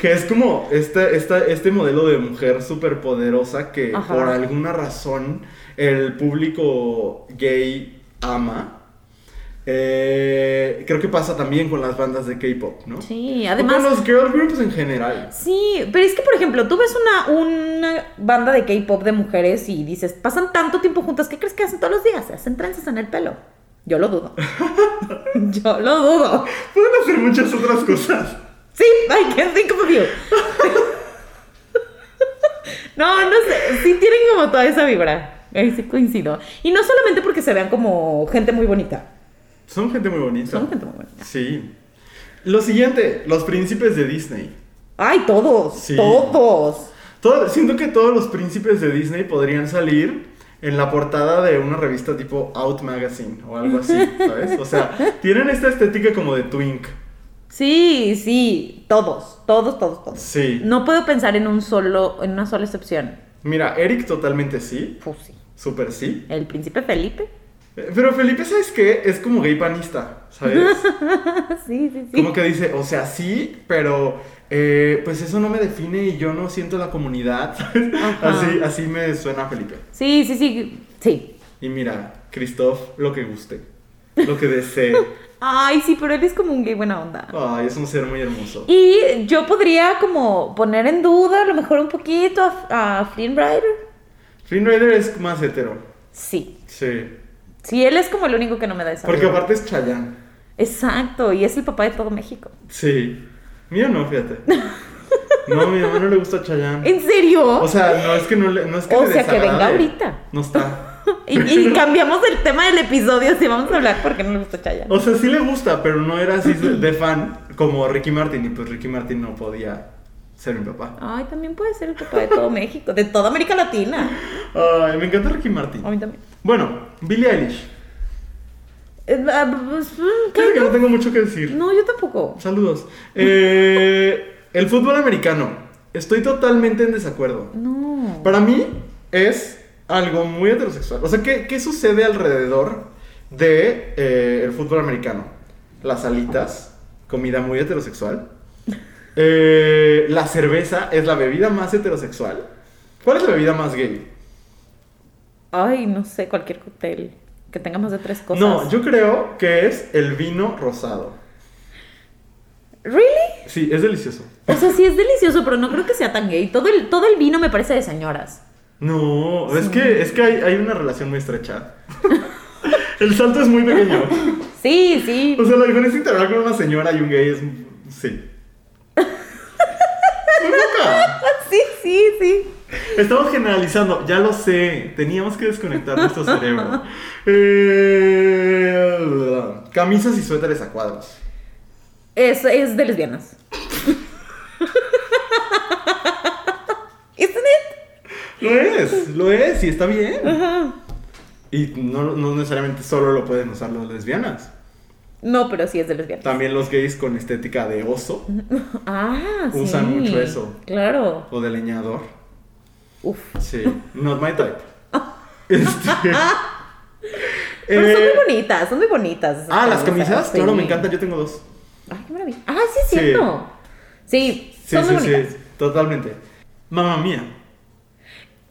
que es como este, esta- este modelo de mujer superpoderosa que
Ajá.
por alguna razón el público gay ama. Eh, creo que pasa también con las bandas de K-pop, ¿no?
Sí,
O
además.
con los girl groups en general.
Sí, pero es que, por ejemplo, tú ves una, una banda de K-pop de mujeres y dices, pasan tanto tiempo juntas, ¿qué crees que hacen todos los días? Se hacen trenzas en el pelo. Yo lo dudo. Yo lo dudo.
Pueden hacer muchas otras cosas.
Sí, I can think of you. No, no sé, sí tienen como toda esa vibra. Ahí sí coincido. Y no solamente porque se vean como gente muy bonita.
Son gente muy bonita.
Son gente muy bonita.
Sí. Lo siguiente, los príncipes de Disney.
Ay, todos,
Sí.
todos.
Todo- siento que todos los príncipes de Disney podrían salir en la portada de una revista tipo Out Magazine o algo así, ¿sabes? O sea, tienen esta estética como de twink.
Sí, sí, todos, todos, todos, todos.
Sí.
No puedo pensar en un solo, en una sola excepción.
Mira, Eric totalmente sí,
Pues sí.
súper sí.
El príncipe Felipe.
Eh, Pero Felipe, ¿sabes qué? Es como gay panista, ¿sabes?
sí, sí, sí.
Como que dice, o sea, sí, pero eh, pues eso no me define y yo no siento la comunidad, ¿sabes?
Ajá.
Así, así me suena Felipe.
Sí, sí, sí. Sí.
Y mira, Christoph, lo que guste, lo que desee.
Ay, sí, pero él es como un gay buena onda.
Ay, es un ser muy hermoso.
Y yo podría como poner en duda a lo mejor un poquito a, a Flynn Rider.
Flynn Rider es más hetero.
Sí.
Sí.
Sí, él es como el único que no me da esa.
Porque
duda.
aparte es Chayanne.
Exacto, y es el papá de todo México.
Sí. Mío no, fíjate. No, a mi mamá no le gusta Chayanne.
¿En serio?
O sea, no es que no le. No es que
O
le
sea, que venga
desagrade.
ahorita.
No está.
y, y cambiamos el tema del episodio si vamos a hablar porque no le gusta Chayanne.
O sea, sí le gusta, pero no era así de de fan como Ricky Martin. Y pues Ricky Martin no podía ser mi papá.
Ay, también puede ser el papá de todo México, de toda América Latina.
Ay, me encanta Ricky Martin.
A mí también.
Bueno, Billie Eilish.
Eh, ah, pues, mm,
Creo que
¿qué?
no tengo mucho que decir.
No, yo tampoco.
Saludos. Eh, el fútbol americano. Estoy totalmente en desacuerdo.
No.
Para mí es algo muy heterosexual. O sea, ¿qué, qué sucede alrededor de eh, el fútbol americano? Las alitas, comida muy heterosexual. Eh, la cerveza es la bebida más heterosexual. ¿Cuál es la bebida más gay?
Ay, no sé, cualquier cóctel que tenga más de tres cosas.
No, yo creo que es el vino rosado.
¿Really?
Sí, es delicioso.
O sea, sí es delicioso, pero no creo que sea tan gay. Todo el, todo el vino me parece de señoras.
No, es que, es que hay, hay una relación muy estrecha. el salto es muy pequeño.
Sí, sí.
O sea, la diferencia integral con una señora y un gay es... Sí. loca.
Sí, sí, sí.
Estamos generalizando, ya lo sé. Teníamos que desconectar nuestro cerebro. Eh, camisas y suéteres a cuadros.
Es, es de lesbianas. ¿Isn't it?
Lo es, lo es y está bien.
Ajá.
Y no, no necesariamente solo lo pueden usar las lesbianas.
No, pero sí es de lesbianas.
También los gays con estética de oso
Ah, sí.
Usan mucho eso.
Claro.
o de leñador.
Uf.
Sí, not my type. Este,
Pero son
eh,
muy bonitas, son muy bonitas. esas
ah, las camisas,
sí.
claro, me encantan. Yo tengo dos.
Ay, qué maravilla. Ah, sí es
Sí.
cierto. Sí,
Sí,
son
sí,
muy bonitas.
sí, totalmente. Mamma mía.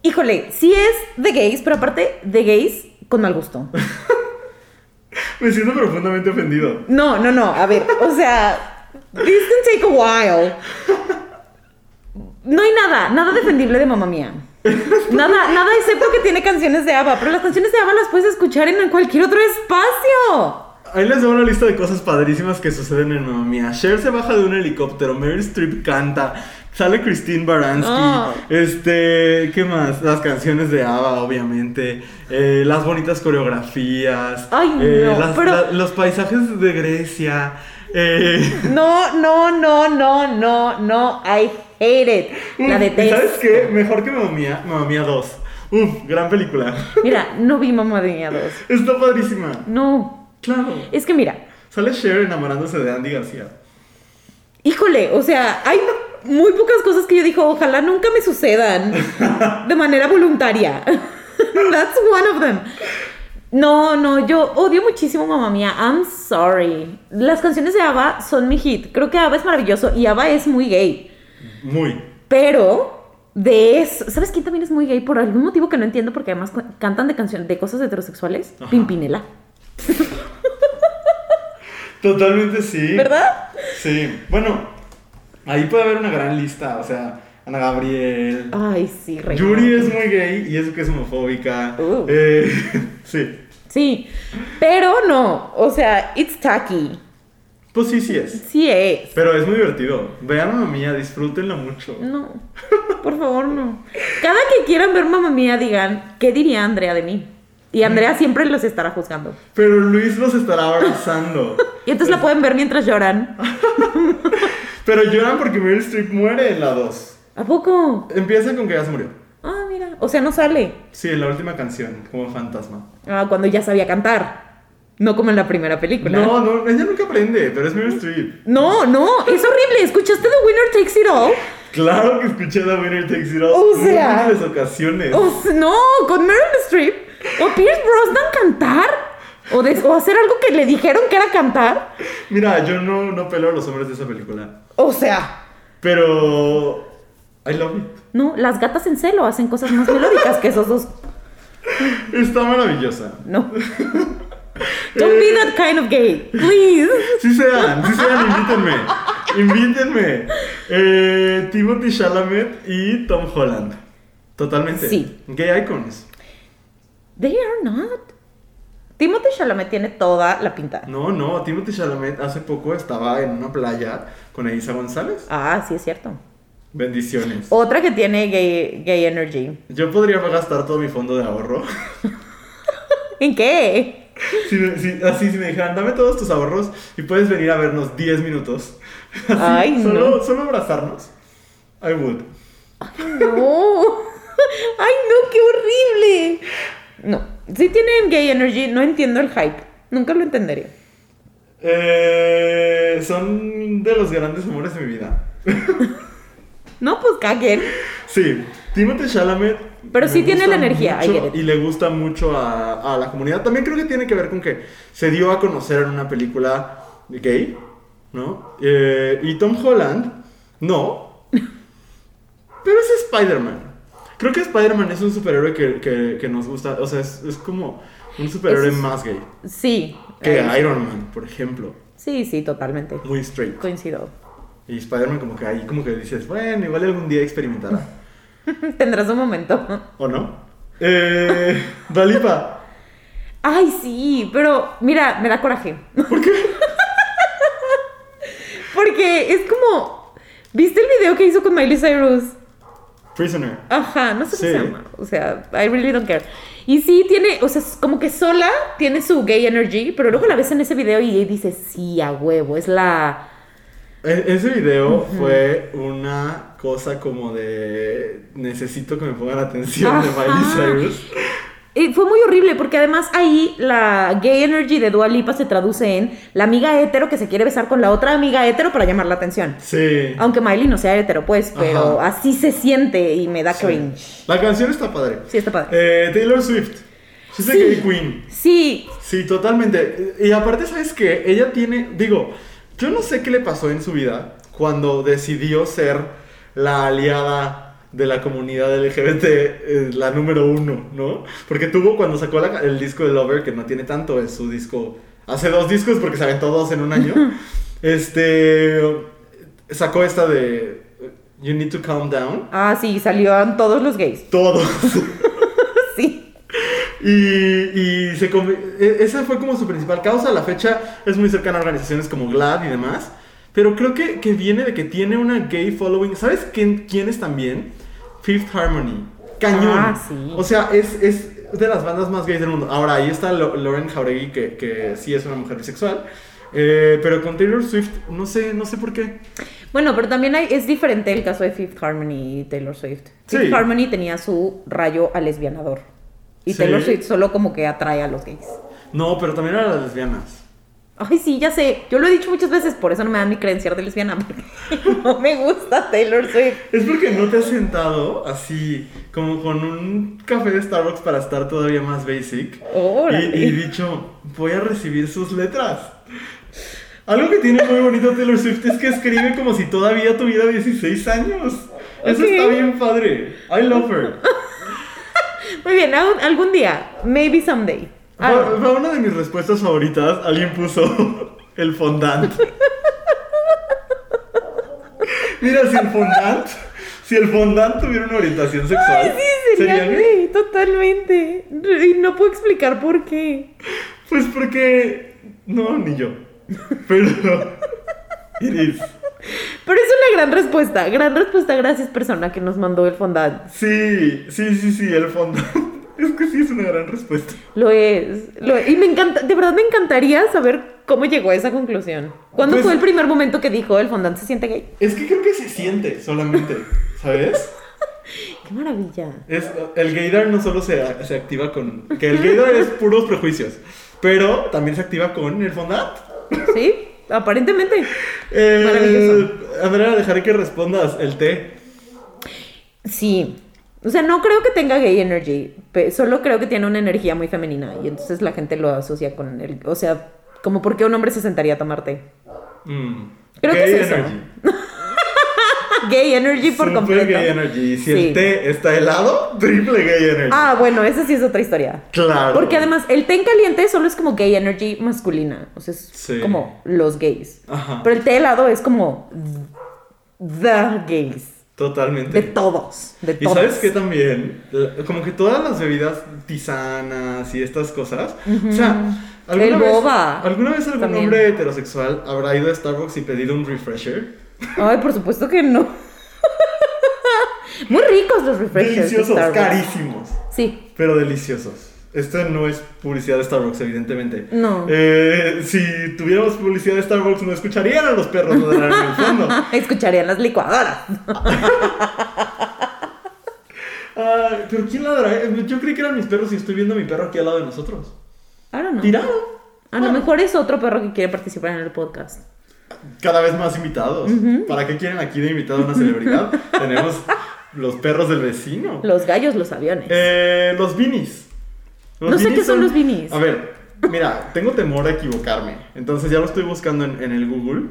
Híjole, sí es de gays, pero aparte de gays con mal gusto.
Me siento profundamente ofendido.
No, no, no, a ver, o sea, this can take a while. No hay nada, nada defendible de mamá mía. Nada, nada, excepto que tiene canciones de ABBA, pero las canciones de ABBA las puedes escuchar en cualquier otro espacio.
Ahí les doy una lista de cosas padrísimas que suceden en Mamma Mía. Cher se baja de un helicóptero, Meryl Streep canta, sale Christine Baranski.
Ah.
Este, ¿qué más? Las canciones de ABBA, obviamente. eh, las bonitas coreografías.
Ay,
eh,
no,
las-
pero-
la- los paisajes de Grecia. eh,
No, no, no, no, no, no, I hate it. La
Uf, ¿y Mm, ¿Sabes
detesto.
qué? Mejor que Mamma Mía, Mamma Mía 2. Uf, gran película.
Mira, no vi mamá mía 2.
Está padrísima.
No,
Claro.
es que mira,
Sale Cher enamorándose de Andy García.
Híjole, o sea, hay muy pocas cosas que yo digo, ojalá nunca me sucedan de manera voluntaria. That's one of them. No, no, yo odio muchísimo Mamma Mía. I'm sorry. Las canciones de ABBA son mi hit. Creo que ABBA es maravilloso y ABBA es muy gay.
Muy.
Pero de eso, ¿sabes quién también es muy gay por algún motivo que no entiendo? Porque además cu- cantan de canción de cosas heterosexuales.
Ajá.
Pimpinela.
Totalmente sí.
¿Verdad?
Sí. Bueno, ahí puede haber una gran lista. O sea, Ana Gabriel.
Ay, sí, rey.
Yuri es muy gay y eso que es homofóbica.
Uh.
Eh, sí.
Sí, pero no, o sea, it's tacky.
Pues sí, sí es.
Sí es.
Pero es muy divertido. Vean Mamma Mía, disfrútenla mucho.
No, por favor, no. Cada que quieran ver mamá mía, digan, ¿qué diría Andrea de mí? Y Andrea siempre los estará juzgando.
Pero Luis los estará abrazando.
Y entonces la pueden ver mientras lloran.
Pero lloran porque Meryl Streep muere en la 2.
¿A poco?
Empieza con que ya se murió.
Ah, mira. O sea, no sale.
Sí, en la última canción, como fantasma.
Ah, cuando ya sabía cantar. No como en la primera película.
No, no, ella nunca aprende, pero es Meryl Streep.
No, no, es horrible. ¿Escuchaste The Winner Takes It All?
Eh. Claro que escuché a Winner Takes It All
O sea-
múltiples ocasiones.
O s- no, con Meryl Streep. O Pierce Brosnan cantar. O, des- o hacer algo que le dijeron que era cantar.
Mira, yo no, no peleo a los hombres de esa película.
O sea,
Pero. I love it.
No, las gatas en celo hacen cosas más melódicas que esos dos.
Está maravillosa.
No. Don't be that kind of gay, please.
Sí sean, sí sean, invítenme. Invítenme. Eh, Timothy Chalamet y Tom Holland. Totalmente.
Sí.
Gay icons.
They are not. Timothy Chalamet tiene toda la pinta.
No, no, Timothy Chalamet hace poco estaba en una playa con Elisa González.
Ah, sí, es cierto.
Bendiciones.
Otra que tiene gay, gay energy.
Yo podría gastar todo mi fondo de ahorro.
¿En qué?
Si me- si- así, si me dijeran, dame todos tus ahorros y puedes venir a vernos 10 minutos. Así,
Ay,
solo,
no.
solo abrazarnos. I would.
No. Ay, no, qué horrible. No, sí tiene gay energy. No entiendo el hype. Nunca lo entenderé.
Eh, son de los grandes amores de mi vida.
No, pues caguen.
Sí, Timothée Chalamet.
Pero sí
me
tiene
gusta
la energía,
mucho
I get it.
y le gusta mucho a, a la comunidad. También creo que tiene que ver con que se dio a conocer en una película gay, ¿no? Eh, y Tom Holland, no. Pero es Spider-Man. Creo que Spider-Man es un superhéroe que, que- que nos gusta. O sea, es, es como un superhéroe
Es-
más gay.
Sí.
Que
Eh,
Iron Man, por ejemplo.
Sí, sí, totalmente.
Muy straight.
Coincido.
Y Spider-Man como que ahí como que dices, bueno, igual algún día experimentará.
Tendrás un momento.
¿O no? Eh, Dalipa.
Ay, sí, pero mira, me da coraje.
¿Por qué?
Porque es como. ¿Viste el video que hizo con Miley Cyrus?
Prisoner.
Ajá, no sé
Sí.
cómo se llama. O sea, I really don't care. Y sí tiene, o sea, es como que sola tiene su gay energy, pero luego la ves en ese video y dices, sí, a huevo, es la...
E- ese video fue una cosa como de necesito que me pongan atención
Ajá.
de Miley Cyrus.
Y fue muy horrible porque además ahí la gay energy de Dua Lipa se traduce en la amiga hetero que se quiere besar con la otra amiga hetero para llamar la atención.
Sí.
Aunque Miley no sea hetero, pues, pero
Ajá.
así se siente y me da
Sí.
cringe.
La canción está padre.
Sí, está padre.
Eh, Taylor Swift. She's a
Sí.
gay queen.
Sí,
Sí, totalmente. Y aparte, ¿sabes qué? Ella tiene, digo, yo no sé qué le pasó en su vida cuando decidió ser la aliada de la comunidad LGBT, eh, la número uno, ¿no? Porque tuvo cuando sacó la- el disco de Lover, que no tiene tanto, es su disco, hace dos discos porque se aventó dos en un año, este, sacó esta de eh, You Need to Calm Down,
ah, sí, salieron todos los gays.
todos.
Sí.
Y, y se conv- e- esa fue como su principal causa. A La fecha es muy cercana a organizaciones como GLAD y demás. Pero creo que, que viene de que tiene una gay following. ¿Sabes quién, quiénes también? Fifth Harmony. Cañón.
Ah, sí.
O sea, es, es de las bandas más gays del mundo. Ahora, ahí está Lo- Lauren Jauregui, que, que sí es una mujer bisexual. Eh, pero con Taylor Swift, no sé, no sé por qué.
Bueno, pero también hay- es diferente el caso de Fifth Harmony y Taylor Swift.
Sí.
Fifth Harmony tenía su rayo al lesbianador. Y
Sí.
Taylor Swift solo como que atrae a los gays.
No, pero también eran las lesbianas.
Ay, sí, ya sé. Yo lo he dicho muchas veces, por eso no me dan mi credencial de lesbiana. porque no me gusta Taylor Swift.
Es porque no te has sentado así, como con un café de Starbucks para estar todavía más basic.
Órale.
Y, y dicho, voy a recibir sus letras. Algo que tiene muy bonito Taylor Swift es que escribe como si todavía tuviera 16 años. Eso
Ok.
está bien padre. I love her.
Muy bien, al- algún día. Maybe someday. I don't
Fue
know.
fue una de mis respuestas favoritas. Alguien puso el fondant. Mira, si el fondant, si el fondant tuviera una orientación sexual,
Sí, sería,
sería
gay, totalmente. Y no puedo explicar por qué.
Pues porque. No, ni yo. Pero. Iris.
Pero es una gran respuesta. Gran respuesta. Gracias, persona que nos mandó el fondant.
Sí, sí, sí, sí, el fondo. Es que sí es una gran respuesta.
Lo es, lo es. Y me encanta, de verdad me encantaría saber cómo llegó a esa conclusión. ¿Cuándo
Pues-
fue el primer momento que dijo el fondant se siente gay?
Es que creo que se siente solamente, ¿sabes?
¡Qué maravilla!
Es, el gaydar no solo se, se activa con. Que el gaydar es puros prejuicios. Pero también se activa con el Ah, fondant.
Sí, aparentemente.
Eh,
Maravilloso.
Andrea, dejaré que respondas el té.
Sí. O sea, no creo que tenga gay energy, pe- solo creo que tiene una energía muy femenina y entonces la gente lo asocia con el, o sea, como por qué un hombre se sentaría a tomarte.
Mm.
Creo que
Gay
es eso.
energy.
Gay energy por
Super
completo.
gay energy. Y Si
Sí.
el té está helado, triple gay energy.
Ah, bueno, esa sí es otra historia.
Claro.
Porque además el té en caliente solo es como gay energy masculina, o sea, es
Sí.
como los gays.
Ajá.
Pero el té helado es como the gays,
Totalmente.
de todos, de
y
todos.
sabes que también, La- como que todas las bebidas tisanas y estas cosas, o sea, ¿alguna
El
vez,
boba.
¿alguna vez algún
También.
hombre heterosexual habrá ido a Starbucks y pedido un refresher?
Ay, por supuesto que no. Muy ricos los refreshers. de
Deliciosos,
Starbucks.
carísimos,
Sí.
pero deliciosos. Esto no es publicidad de Starbucks, evidentemente.
No.
Eh, si tuviéramos publicidad de Starbucks, no escucharían a los perros ladrar en el fondo.
Escucharían las licuadoras.
Ah, pero ¿quién ladra? Yo creí que eran mis perros y estoy viendo a mi perro aquí al lado de nosotros.
I don't know.
Tirado.
A lo mejor es otro perro que quiere participar en el podcast.
cada vez más invitados. ¿Para qué quieren aquí de invitado a una celebridad? Tenemos los perros del vecino.
Los gallos, los aviones.
Eh, los beanies.
No sé qué son los beanies.
A ver, mira, tengo temor a equivocarme. Entonces ya lo estoy buscando en, en el Google.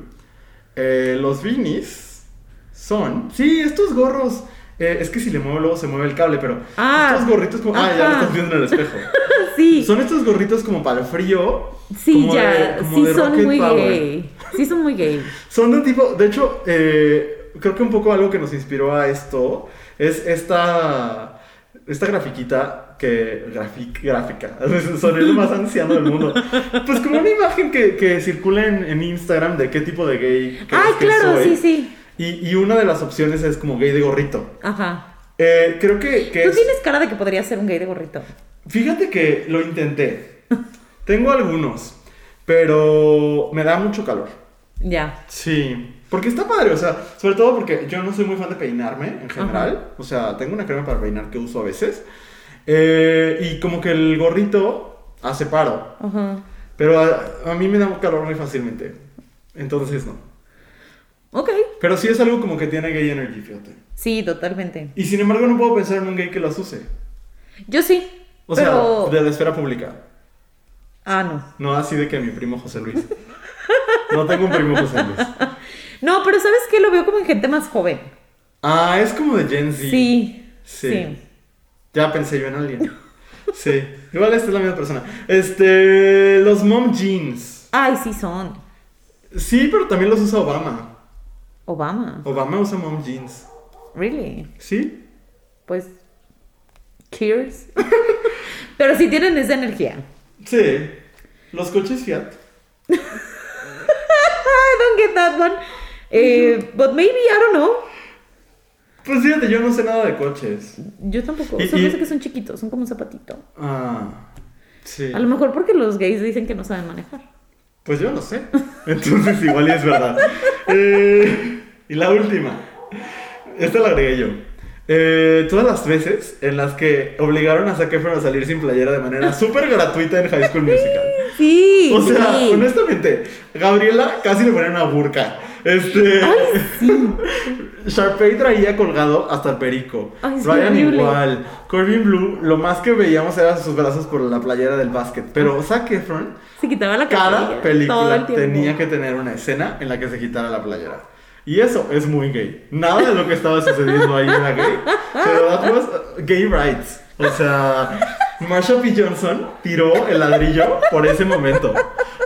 Eh, los beanies son. Sí, estos gorros. eh, es que si le muevo luego se mueve el cable, pero.
Ah.
estos gorritos como. Ah, ya lo
Ajá.
estás viendo en el espejo.
sí.
Son estos gorritos como para el frío.
sí,
como
ya.
de- como
sí,
de
son
Rocket
muy
Power.
gay. Sí, son muy gay.
Son de un tipo, de hecho, eh, creo que un poco algo que nos inspiró a esto es esta, esta grafiquita que, grafic- gráfica, son el más anciano del mundo. Pues como una imagen que, que circula en, en Instagram de qué tipo de gay. crees
Ay,
que
claro,
soy.
sí, sí.
Y, y una de las opciones es como gay de gorrito.
Ajá.
Eh, creo que, que
Tú
es-
tienes cara de que podría ser un gay de gorrito.
Fíjate que lo intenté. Tengo algunos, pero me da mucho calor.
Ya.
Sí, porque está padre, o sea, sobre todo porque yo no soy muy fan de peinarme en general. O sea, tengo una crema para peinar que uso a veces. Eh, y como que el gorrito hace paro.
Ajá.
Pero a, a mí me da calor muy fácilmente. Entonces no.
Ok.
Pero sí es algo como que tiene gay energy, fíjate.
Sí, totalmente.
Y sin embargo no puedo pensar en un gay que las use.
Yo sí.
O
pero.
sea, de la esfera pública.
Ah, no.
No así de que mi primo José Luis. No tengo un primo José Luis.
No, pero ¿sabes qué? Lo veo como en gente más joven.
Ah, es como de Gen Z.
Sí.
Sí.
Sí.
Ya pensé yo en alguien. Sí. Igual esta es la misma persona. Este. Los mom jeans.
Ay, sí son.
Sí, pero también los usa Obama.
Obama.
Obama usa mom jeans.
Really.
¿Sí?
Pues. Cheers. pero sí tienen esa energía.
Sí. Los coches Fiat.
I don't get that one. Eh, but maybe, I don't know.
Pues fíjate, yo no sé nada de coches.
Yo tampoco.
Y-
Solo
y-
sé que son chiquitos, son como un zapatito.
Ah. Sí.
A lo mejor porque los gays dicen que no saben manejar.
Pues yo no sé. Entonces igual y es verdad. Eh, y la última. Esta la agregué yo. Eh, todas las veces en las que obligaron a Zac Efron a salir sin playera de manera súper gratuita en High School Musical.
Sí.
O sea,
sí.
honestamente, Gabriela casi le ponía una burka. Este.
Ay, sí.
Sharpay traía colgado hasta el perico.
Ay, es
Ryan
horrible.
igual. Corbin Blue, lo más que veíamos era sus brazos por la playera del básquet.
Ah.
Pero Zac Efron
Se quitaba la
cada
cartilla Ah, todo el
película
tiempo.
tenía que tener una escena en la que se quitara la playera. Y eso es muy gay. Nada de lo que estaba sucediendo ahí era gay. Pero that was uh, gay rights. O sea, Marsha P. Johnson tiró el ladrillo por ese momento.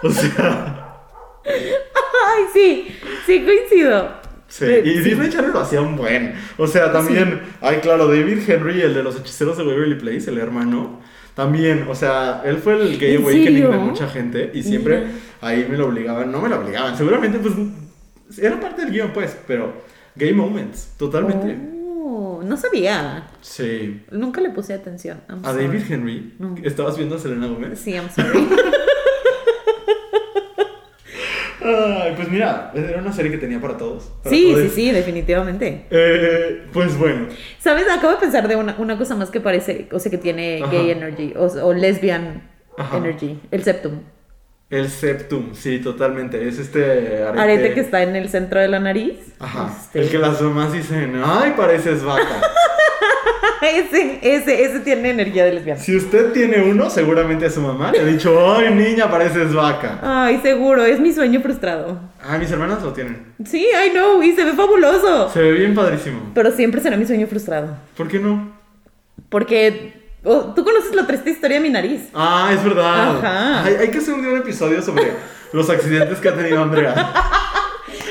O sea,
Ay, sí. Sí, coincido.
sí.
Eh,
Y Disney Channel lo hacía un buen. O sea, también, ay, claro, David Henry, el de los hechiceros de Waverly Place, el hermano. También, o sea, él fue el gay
¿En
awakening de
serio?
mucha gente y siempre
Mira.
ahí me lo obligaban, no me lo obligaban, seguramente pues era parte del guión pues, pero gay moments, totalmente.
Oh, no sabía.
Sí.
Nunca le puse atención. I'm
A
sorry.
David Henry,
No.
estabas viendo a Selena Gómez.
Sí, I'm sorry.
Ay, pues mira, era una serie que tenía para todos. para
sí, sí,
todes.
sí, definitivamente.
Eh, pues bueno,
¿Sabes? Acabo de pensar de una, una cosa más que parece, o sea, que tiene
Ajá.
gay energy o, o lesbian
Ajá.
energy. El septum.
el septum, sí, totalmente, es este arete,
Arete que está en el centro de la nariz.
Ajá,
Este,
el que las mamás dicen, ay, pareces vaca.
ese, ese, ese tiene energía de lesbiana.
si usted tiene uno, seguramente a su mamá le ha dicho, ay, niña, pareces vaca.
Ay, seguro, es mi sueño frustrado.
Ah, mis hermanas lo tienen.
Sí, I know, y se ve fabuloso.
Se ve bien padrísimo.
Pero siempre será mi sueño frustrado.
¿Por qué no?
Porque oh, tú conoces la triste historia de mi nariz.
Ah, es verdad.
Ajá.
Hay, hay que hacer un día un episodio sobre los accidentes que ha tenido Andrea.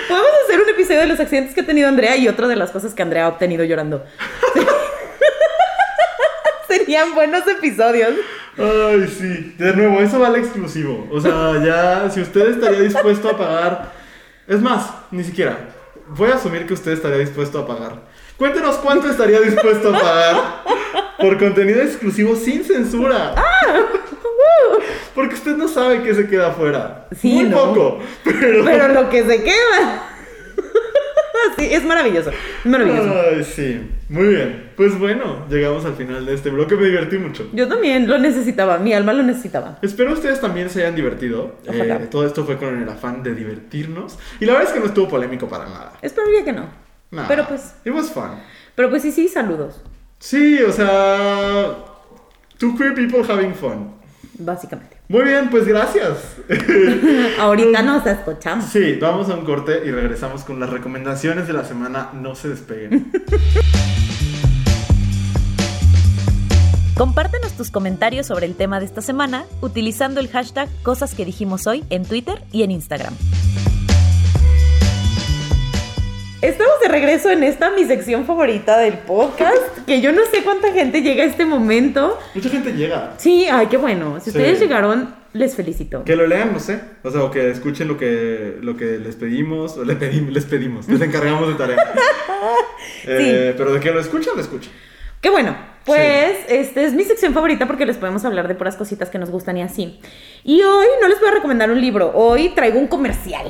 Podemos hacer un episodio de los accidentes que ha tenido Andrea y otro de las cosas que Andrea ha obtenido llorando. Serían buenos episodios.
Ay, sí. De nuevo, eso vale exclusivo. O sea, ya, si usted estaría dispuesto a pagar. Es más, ni siquiera. Voy a asumir que usted estaría dispuesto a pagar. Cuéntenos cuánto estaría dispuesto a pagar por contenido exclusivo sin censura. Porque usted no sabe qué se queda afuera.
Sí,
Muy
¿no?
poco. Pero.
Pero lo que se queda. Sí, es maravilloso. Es maravilloso.
Ay, sí. Muy bien. Pues bueno, llegamos al final de este bloque. Me divertí mucho.
Yo también lo necesitaba, mi alma lo necesitaba.
Espero ustedes también se hayan divertido.
Ojalá.
Eh, todo esto fue con el afán de divertirnos. Y la verdad es que no estuvo polémico para nada.
Esperaría que no.
Nada.
Pero pues,
It was fun.
pero pues sí, sí, saludos,
Sí, o sea. Two queer people having fun.
básicamente.
Muy bien, pues gracias.
Ahorita nos escuchamos.
sí, vamos a un corte y regresamos con las recomendaciones de la semana. No se despeguen.
Compártenos tus comentarios sobre el tema de esta semana utilizando el hashtag Cosas que dijimos hoy en Twitter y en Instagram.
Estamos de regreso en esta mi sección favorita del podcast, que yo no sé cuánta gente llega a este momento.
Mucha gente llega.
Sí, ay, qué bueno. Si
Sí.
ustedes llegaron, les felicito.
Que lo lean, no sé. O sea, o que escuchen lo que, lo que les pedimos, o le pedim- les pedimos, les encargamos de tarea. Eh, pero de que lo escuchen, lo escuchen.
Que bueno, pues este es mi sección favorita porque les podemos hablar de puras cositas que nos gustan y así. Y hoy no les voy a recomendar un libro, hoy traigo un comercial.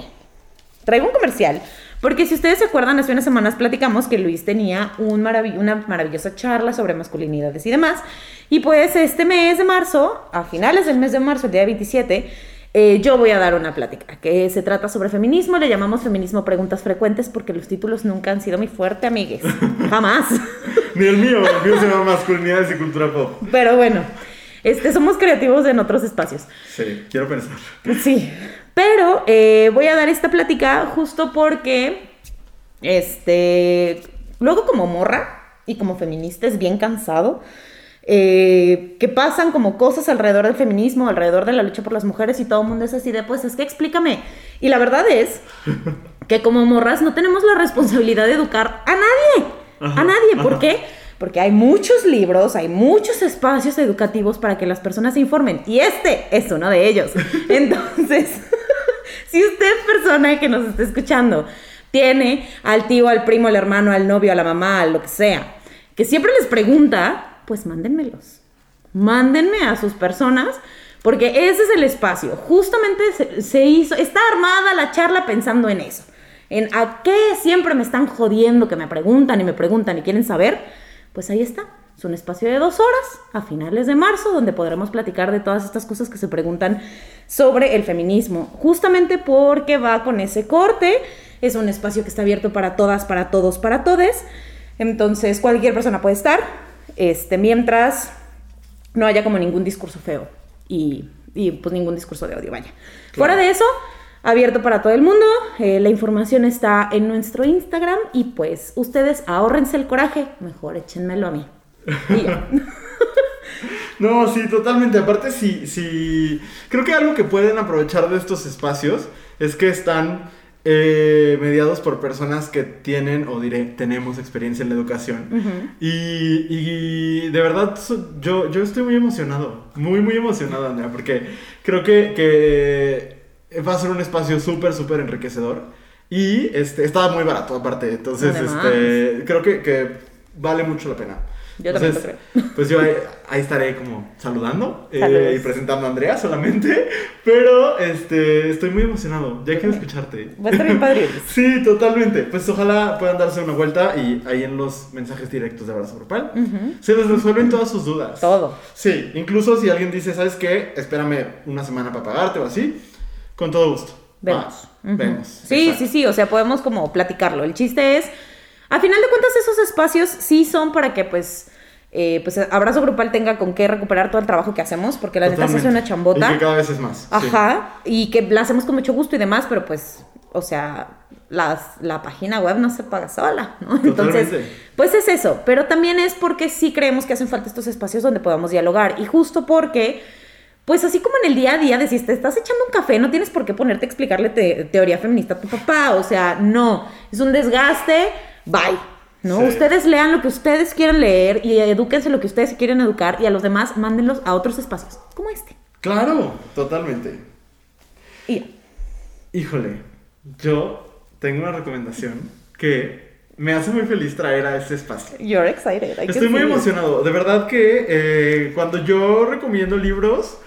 Traigo un comercial. Porque si ustedes se acuerdan, hace unas semanas platicamos que Luis tenía un maravi- una maravillosa charla sobre masculinidades y demás. Y pues este mes de marzo, a finales del mes de marzo, el día 27, eh, yo voy a dar una plática que se trata sobre feminismo. Le llamamos feminismo preguntas frecuentes porque los títulos nunca han sido muy fuerte, amigues. Jamás.
Ni el mío, el mío se llama Masculinidades y Cultura Pop.
Pero bueno, este, somos creativos en otros espacios.
Sí, quiero pensar.
Sí. Pero eh, voy a dar esta plática justo porque, este, luego como morra y como feminista es bien cansado, eh, que pasan como cosas alrededor del feminismo, alrededor de la lucha por las mujeres y todo el mundo es así de, pues es que explícame. Y la verdad es que como morras no tenemos la responsabilidad de educar a nadie.
Ajá,
a nadie. ¿Por
ajá.
qué? Porque hay muchos libros, hay muchos espacios educativos para que las personas se informen. Y este es uno de ellos. Entonces, si usted, persona que nos está escuchando, tiene al tío, al primo, al hermano, al novio, a la mamá, a lo que sea, que siempre les pregunta, pues mándenmelos mándenme a sus personas, porque ese es el espacio. Justamente se, se hizo, está armada la charla pensando en eso. En a qué siempre me están jodiendo, que me preguntan y me preguntan y quieren saber. Pues ahí está. Es un espacio de dos horas a finales de marzo donde podremos platicar de todas estas cosas que se preguntan sobre el feminismo. Justamente porque va con ese corte. Es un espacio que está abierto para todas, para todos, para todes. Entonces cualquier persona puede estar. Este, mientras no haya como ningún discurso feo y, y, pues ningún discurso de odio, vaya. Fuera de eso, abierto para todo el mundo, eh, la información está en nuestro Instagram y pues ustedes ahórrense el coraje, mejor échenmelo a mí. Y ya.
No, sí, totalmente. Aparte, sí, sí. Creo que algo que pueden aprovechar de estos espacios es que están eh, mediados por personas que tienen, o diré, tenemos experiencia en la educación. y, y de verdad, so- yo, yo estoy muy emocionado. Muy, muy emocionado, Andrea, porque creo que, que va a ser un espacio súper, súper enriquecedor. Y este, estaba muy barato, aparte. Entonces,
Además.
este, creo que, que vale mucho la pena.
Yo también lo
Entonces, pues yo ahí, ahí estaré como saludando eh,
Saludos.
y presentando a Andrea solamente, pero este estoy muy emocionado, ya quiero escucharte.
Va a estar bien padre.
Sí, totalmente. Pues ojalá puedan darse una vuelta y ahí en los mensajes directos de Abrazo Grupal
Ujú.
se les resuelven todas sus dudas.
Todo.
Sí, incluso si alguien dice, ¿sabes qué? Espérame una semana para pagarte o así, con todo gusto.
Vemos.
Va,
Ujú.
Vemos.
Sí,
Exacto.
sí, sí, o sea, podemos como platicarlo. El chiste es, a final de cuentas, esos espacios sí son para que pues... eh, pues abrazo grupal tenga con qué recuperar todo el trabajo que hacemos, porque la neta se hace
Totalmente.
una chambota.
Y que cada vez es más. sí.
Ajá, y que la hacemos con mucho gusto y demás, pero pues, o sea, las, la página web no se paga sola, ¿no? Entonces,
Totalmente.
pues es eso, pero también es porque sí creemos que hacen falta estos espacios donde podamos dialogar y justo porque... Pues así como en el día a día, de si te estás echando un café, no tienes por qué ponerte a explicarle te- teoría feminista a tu papá. O sea, no. Es un desgaste. Bye. ¿No?
Sí.
Ustedes lean lo que ustedes quieran leer y edúquense lo que ustedes se quieren educar y a los demás mándenlos a otros espacios, como este.
Claro, totalmente.
Y ya.
Híjole, yo tengo una recomendación que me hace muy feliz traer a este espacio.
You're excited. I can
Estoy muy
see it.
emocionado. De verdad que eh, cuando yo recomiendo libros,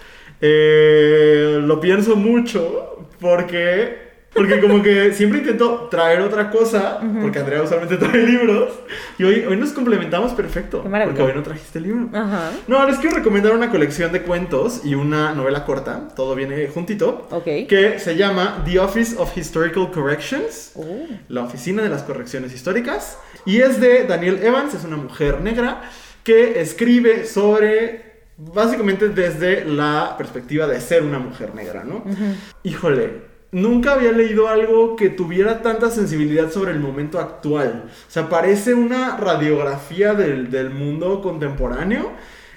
eh, lo pienso mucho porque... Porque como que siempre intento traer otra cosa, porque Andrea usualmente trae libros, y hoy, hoy nos complementamos perfecto,
Qué maravilla.
porque hoy no trajiste libro.
Ajá.
No, les quiero recomendar una colección de cuentos y una novela corta, todo viene juntito,
Ok.
que se llama The Office of Historical Corrections,
Oh.
la Oficina de las Correcciones Históricas, y es de Daniel Evans, es una mujer negra que escribe sobre, básicamente desde la perspectiva de ser una mujer negra, ¿no? Híjole. Nunca había leído algo que tuviera tanta sensibilidad sobre el momento actual. O sea, parece una radiografía del, del mundo contemporáneo.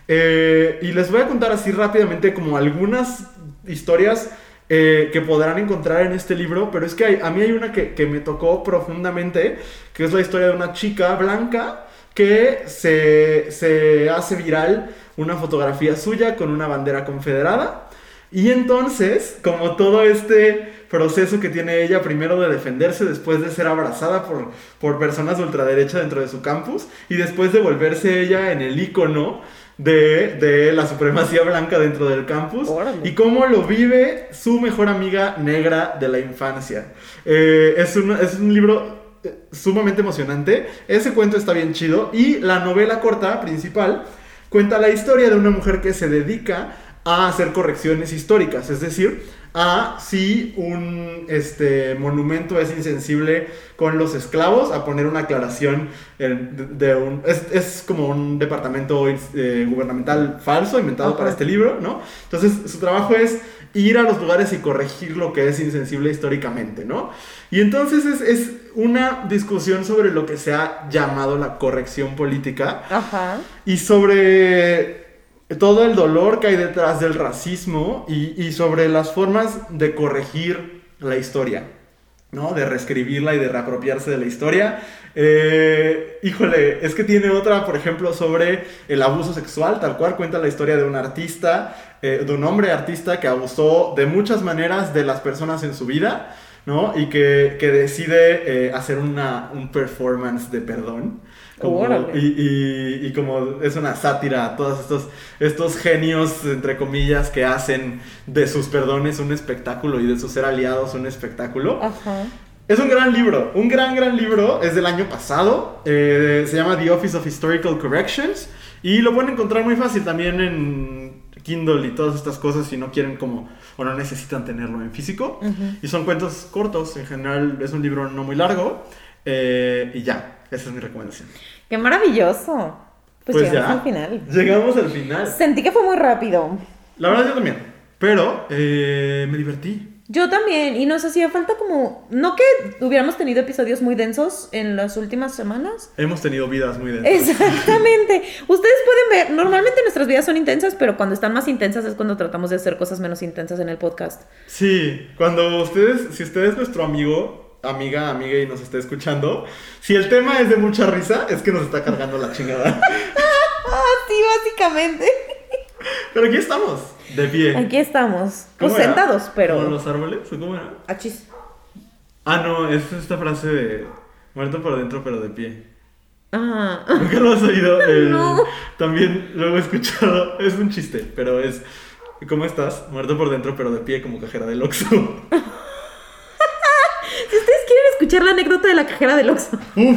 Eh, y les voy a contar así rápidamente como algunas historias eh, que podrán encontrar en este libro, pero es que hay- a mí hay una que, que me tocó profundamente, que es la historia de una chica blanca que se, se hace viral una fotografía suya con una bandera confederada. Y entonces, como todo este proceso que tiene ella, primero de defenderse después de ser abrazada por, por personas de ultraderecha dentro de su campus y después de volverse ella en el icono de, de la supremacía blanca dentro del campus
Órale.
y cómo lo vive su mejor amiga negra de la infancia. Eh, es, un, es un libro eh, sumamente emocionante, ese cuento está bien chido y la novela corta principal cuenta la historia de una mujer que se dedica a hacer correcciones históricas, es decir, a si un este, monumento es insensible con los esclavos, a poner una aclaración en- de, de un... Es, es como un departamento eh, gubernamental falso inventado
Ajá.
para este libro, ¿no? Entonces su trabajo es ir a los lugares y corregir lo que es insensible históricamente, ¿no? Y entonces es, es una discusión sobre lo que se ha llamado la corrección política
Ajá.
y sobre todo el dolor que hay detrás del racismo y, y sobre las formas de corregir la historia, ¿no? De reescribirla y de reapropiarse de la historia. Eh, híjole, es que tiene otra, por ejemplo, sobre el abuso sexual, tal cual cuenta la historia de un artista, eh, de un hombre artista que abusó de muchas maneras de las personas en su vida. ¿no? Y que, que decide eh, hacer una, un performance de perdón. Como-
Órale.
y, y- y como es una sátira a todos estos, estos genios, entre comillas, que hacen de sus perdones un espectáculo y de sus ser aliados un espectáculo.
Ajá.
Es un gran libro, un gran, gran libro. Es del año pasado. eh, se llama The Office of Historical Corrections. Y lo pueden encontrar muy fácil también en Kindle y todas estas cosas si no quieren como o no necesitan tenerlo en físico. Y son cuentos cortos. En general es un libro no muy largo. eh, y ya, esa es mi recomendación.
Qué maravilloso. Pues, llegamos
ya.
al final.
Llegamos al final.
Sentí que fue muy rápido.
La verdad yo también. Pero eh, me divertí.
Yo también, y nos hacía falta como, no que hubiéramos tenido episodios muy densos en las últimas semanas.
Hemos tenido vidas muy densas.
Exactamente. Ustedes pueden ver, normalmente nuestras vidas son intensas, pero cuando están más intensas es cuando tratamos de hacer cosas menos intensas en el podcast.
Sí, cuando ustedes, si usted es nuestro amigo, amiga, amiga y nos está escuchando, si el tema es de mucha risa, es que nos está cargando la chingada.
Ah, sí, básicamente.
Pero aquí estamos, de pie.
Aquí estamos, pues
¿Cómo era?
sentados,
¿Como
pero...
los árboles? ¿O ¿Cómo era?
Achis.
Ah, no, es esta frase de muerto por dentro, pero de pie.
Ah,
Nunca lo has oído. El-
No.
También lo he escuchado. Es un chiste, pero es. ¿Cómo estás? Muerto por dentro, pero de pie, como cajera del Oxxo.
si ustedes quieren escuchar la anécdota de la cajera del Oxxo.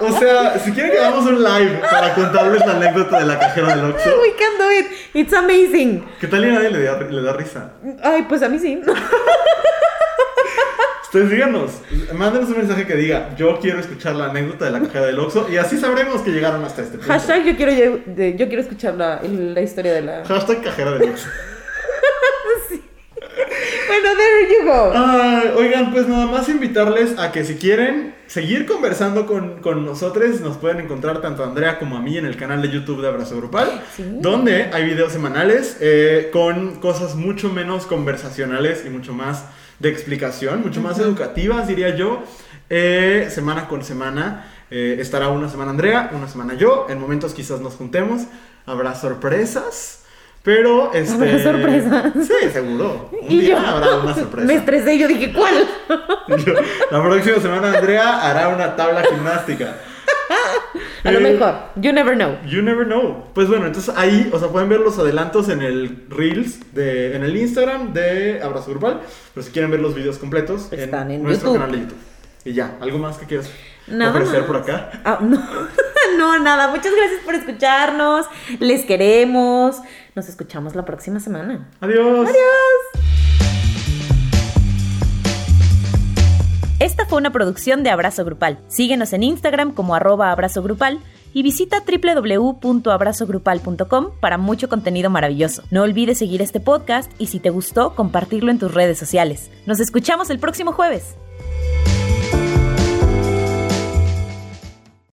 O sea, si quieren que hagamos un live para contarles la anécdota de la cajera del Oxxo.
We can do it. It's amazing.
¿Qué tal y a nadie le da, le da risa?
Ay, pues a mí sí.
Ustedes díganos, mándenos un mensaje que diga, yo quiero escuchar la anécdota de la cajera del Oxxo y así sabremos que llegaron hasta este punto.
Hashtag yo quiero, lle- de- yo quiero escuchar la, el- la historia de la...
Hashtag cajera del Oxxo.
Bueno, there you go.
Ah, oigan, pues nada más invitarles a que si quieren seguir conversando con, con nosotros, nos pueden encontrar tanto a Andrea como a mí en el canal de YouTube de Abrazo Grupal,
Sí.
donde hay videos semanales eh, con cosas mucho menos conversacionales y mucho más de explicación, mucho más educativas, diría yo, eh, semana con semana. eh, estará una semana Andrea, una semana yo. En momentos quizás nos juntemos. Habrá sorpresas. Pero este.
Habrá sorpresas.
Sí, seguro. Un
Y
día
yo
habrá una sorpresa.
me estresé y yo dije, ¿cuál?
La próxima semana Andrea hará una tabla gimnástica.
A lo
Eh,
mejor. You never know.
You never know. Pues bueno, entonces ahí, o sea, pueden ver los adelantos en el Reels, de, en el Instagram de Abrazo Grupal. Pero si quieren ver los videos completos,
Están en
nuestro
YouTube.
canal de YouTube. Y ya, ¿algo más que quieras
Nada
ofrecer
más.
por acá?
Ah, no. no, nada. Muchas gracias por escucharnos. Les queremos. Nos escuchamos la próxima semana.
Adiós.
Esta fue una producción de Abrazo Grupal. Síguenos en Instagram como arroba abrazo grupal y visita www.abrazogrupal.com para mucho contenido maravilloso. No olvides seguir este podcast y si te gustó, compartirlo en tus redes sociales. Nos escuchamos el próximo jueves.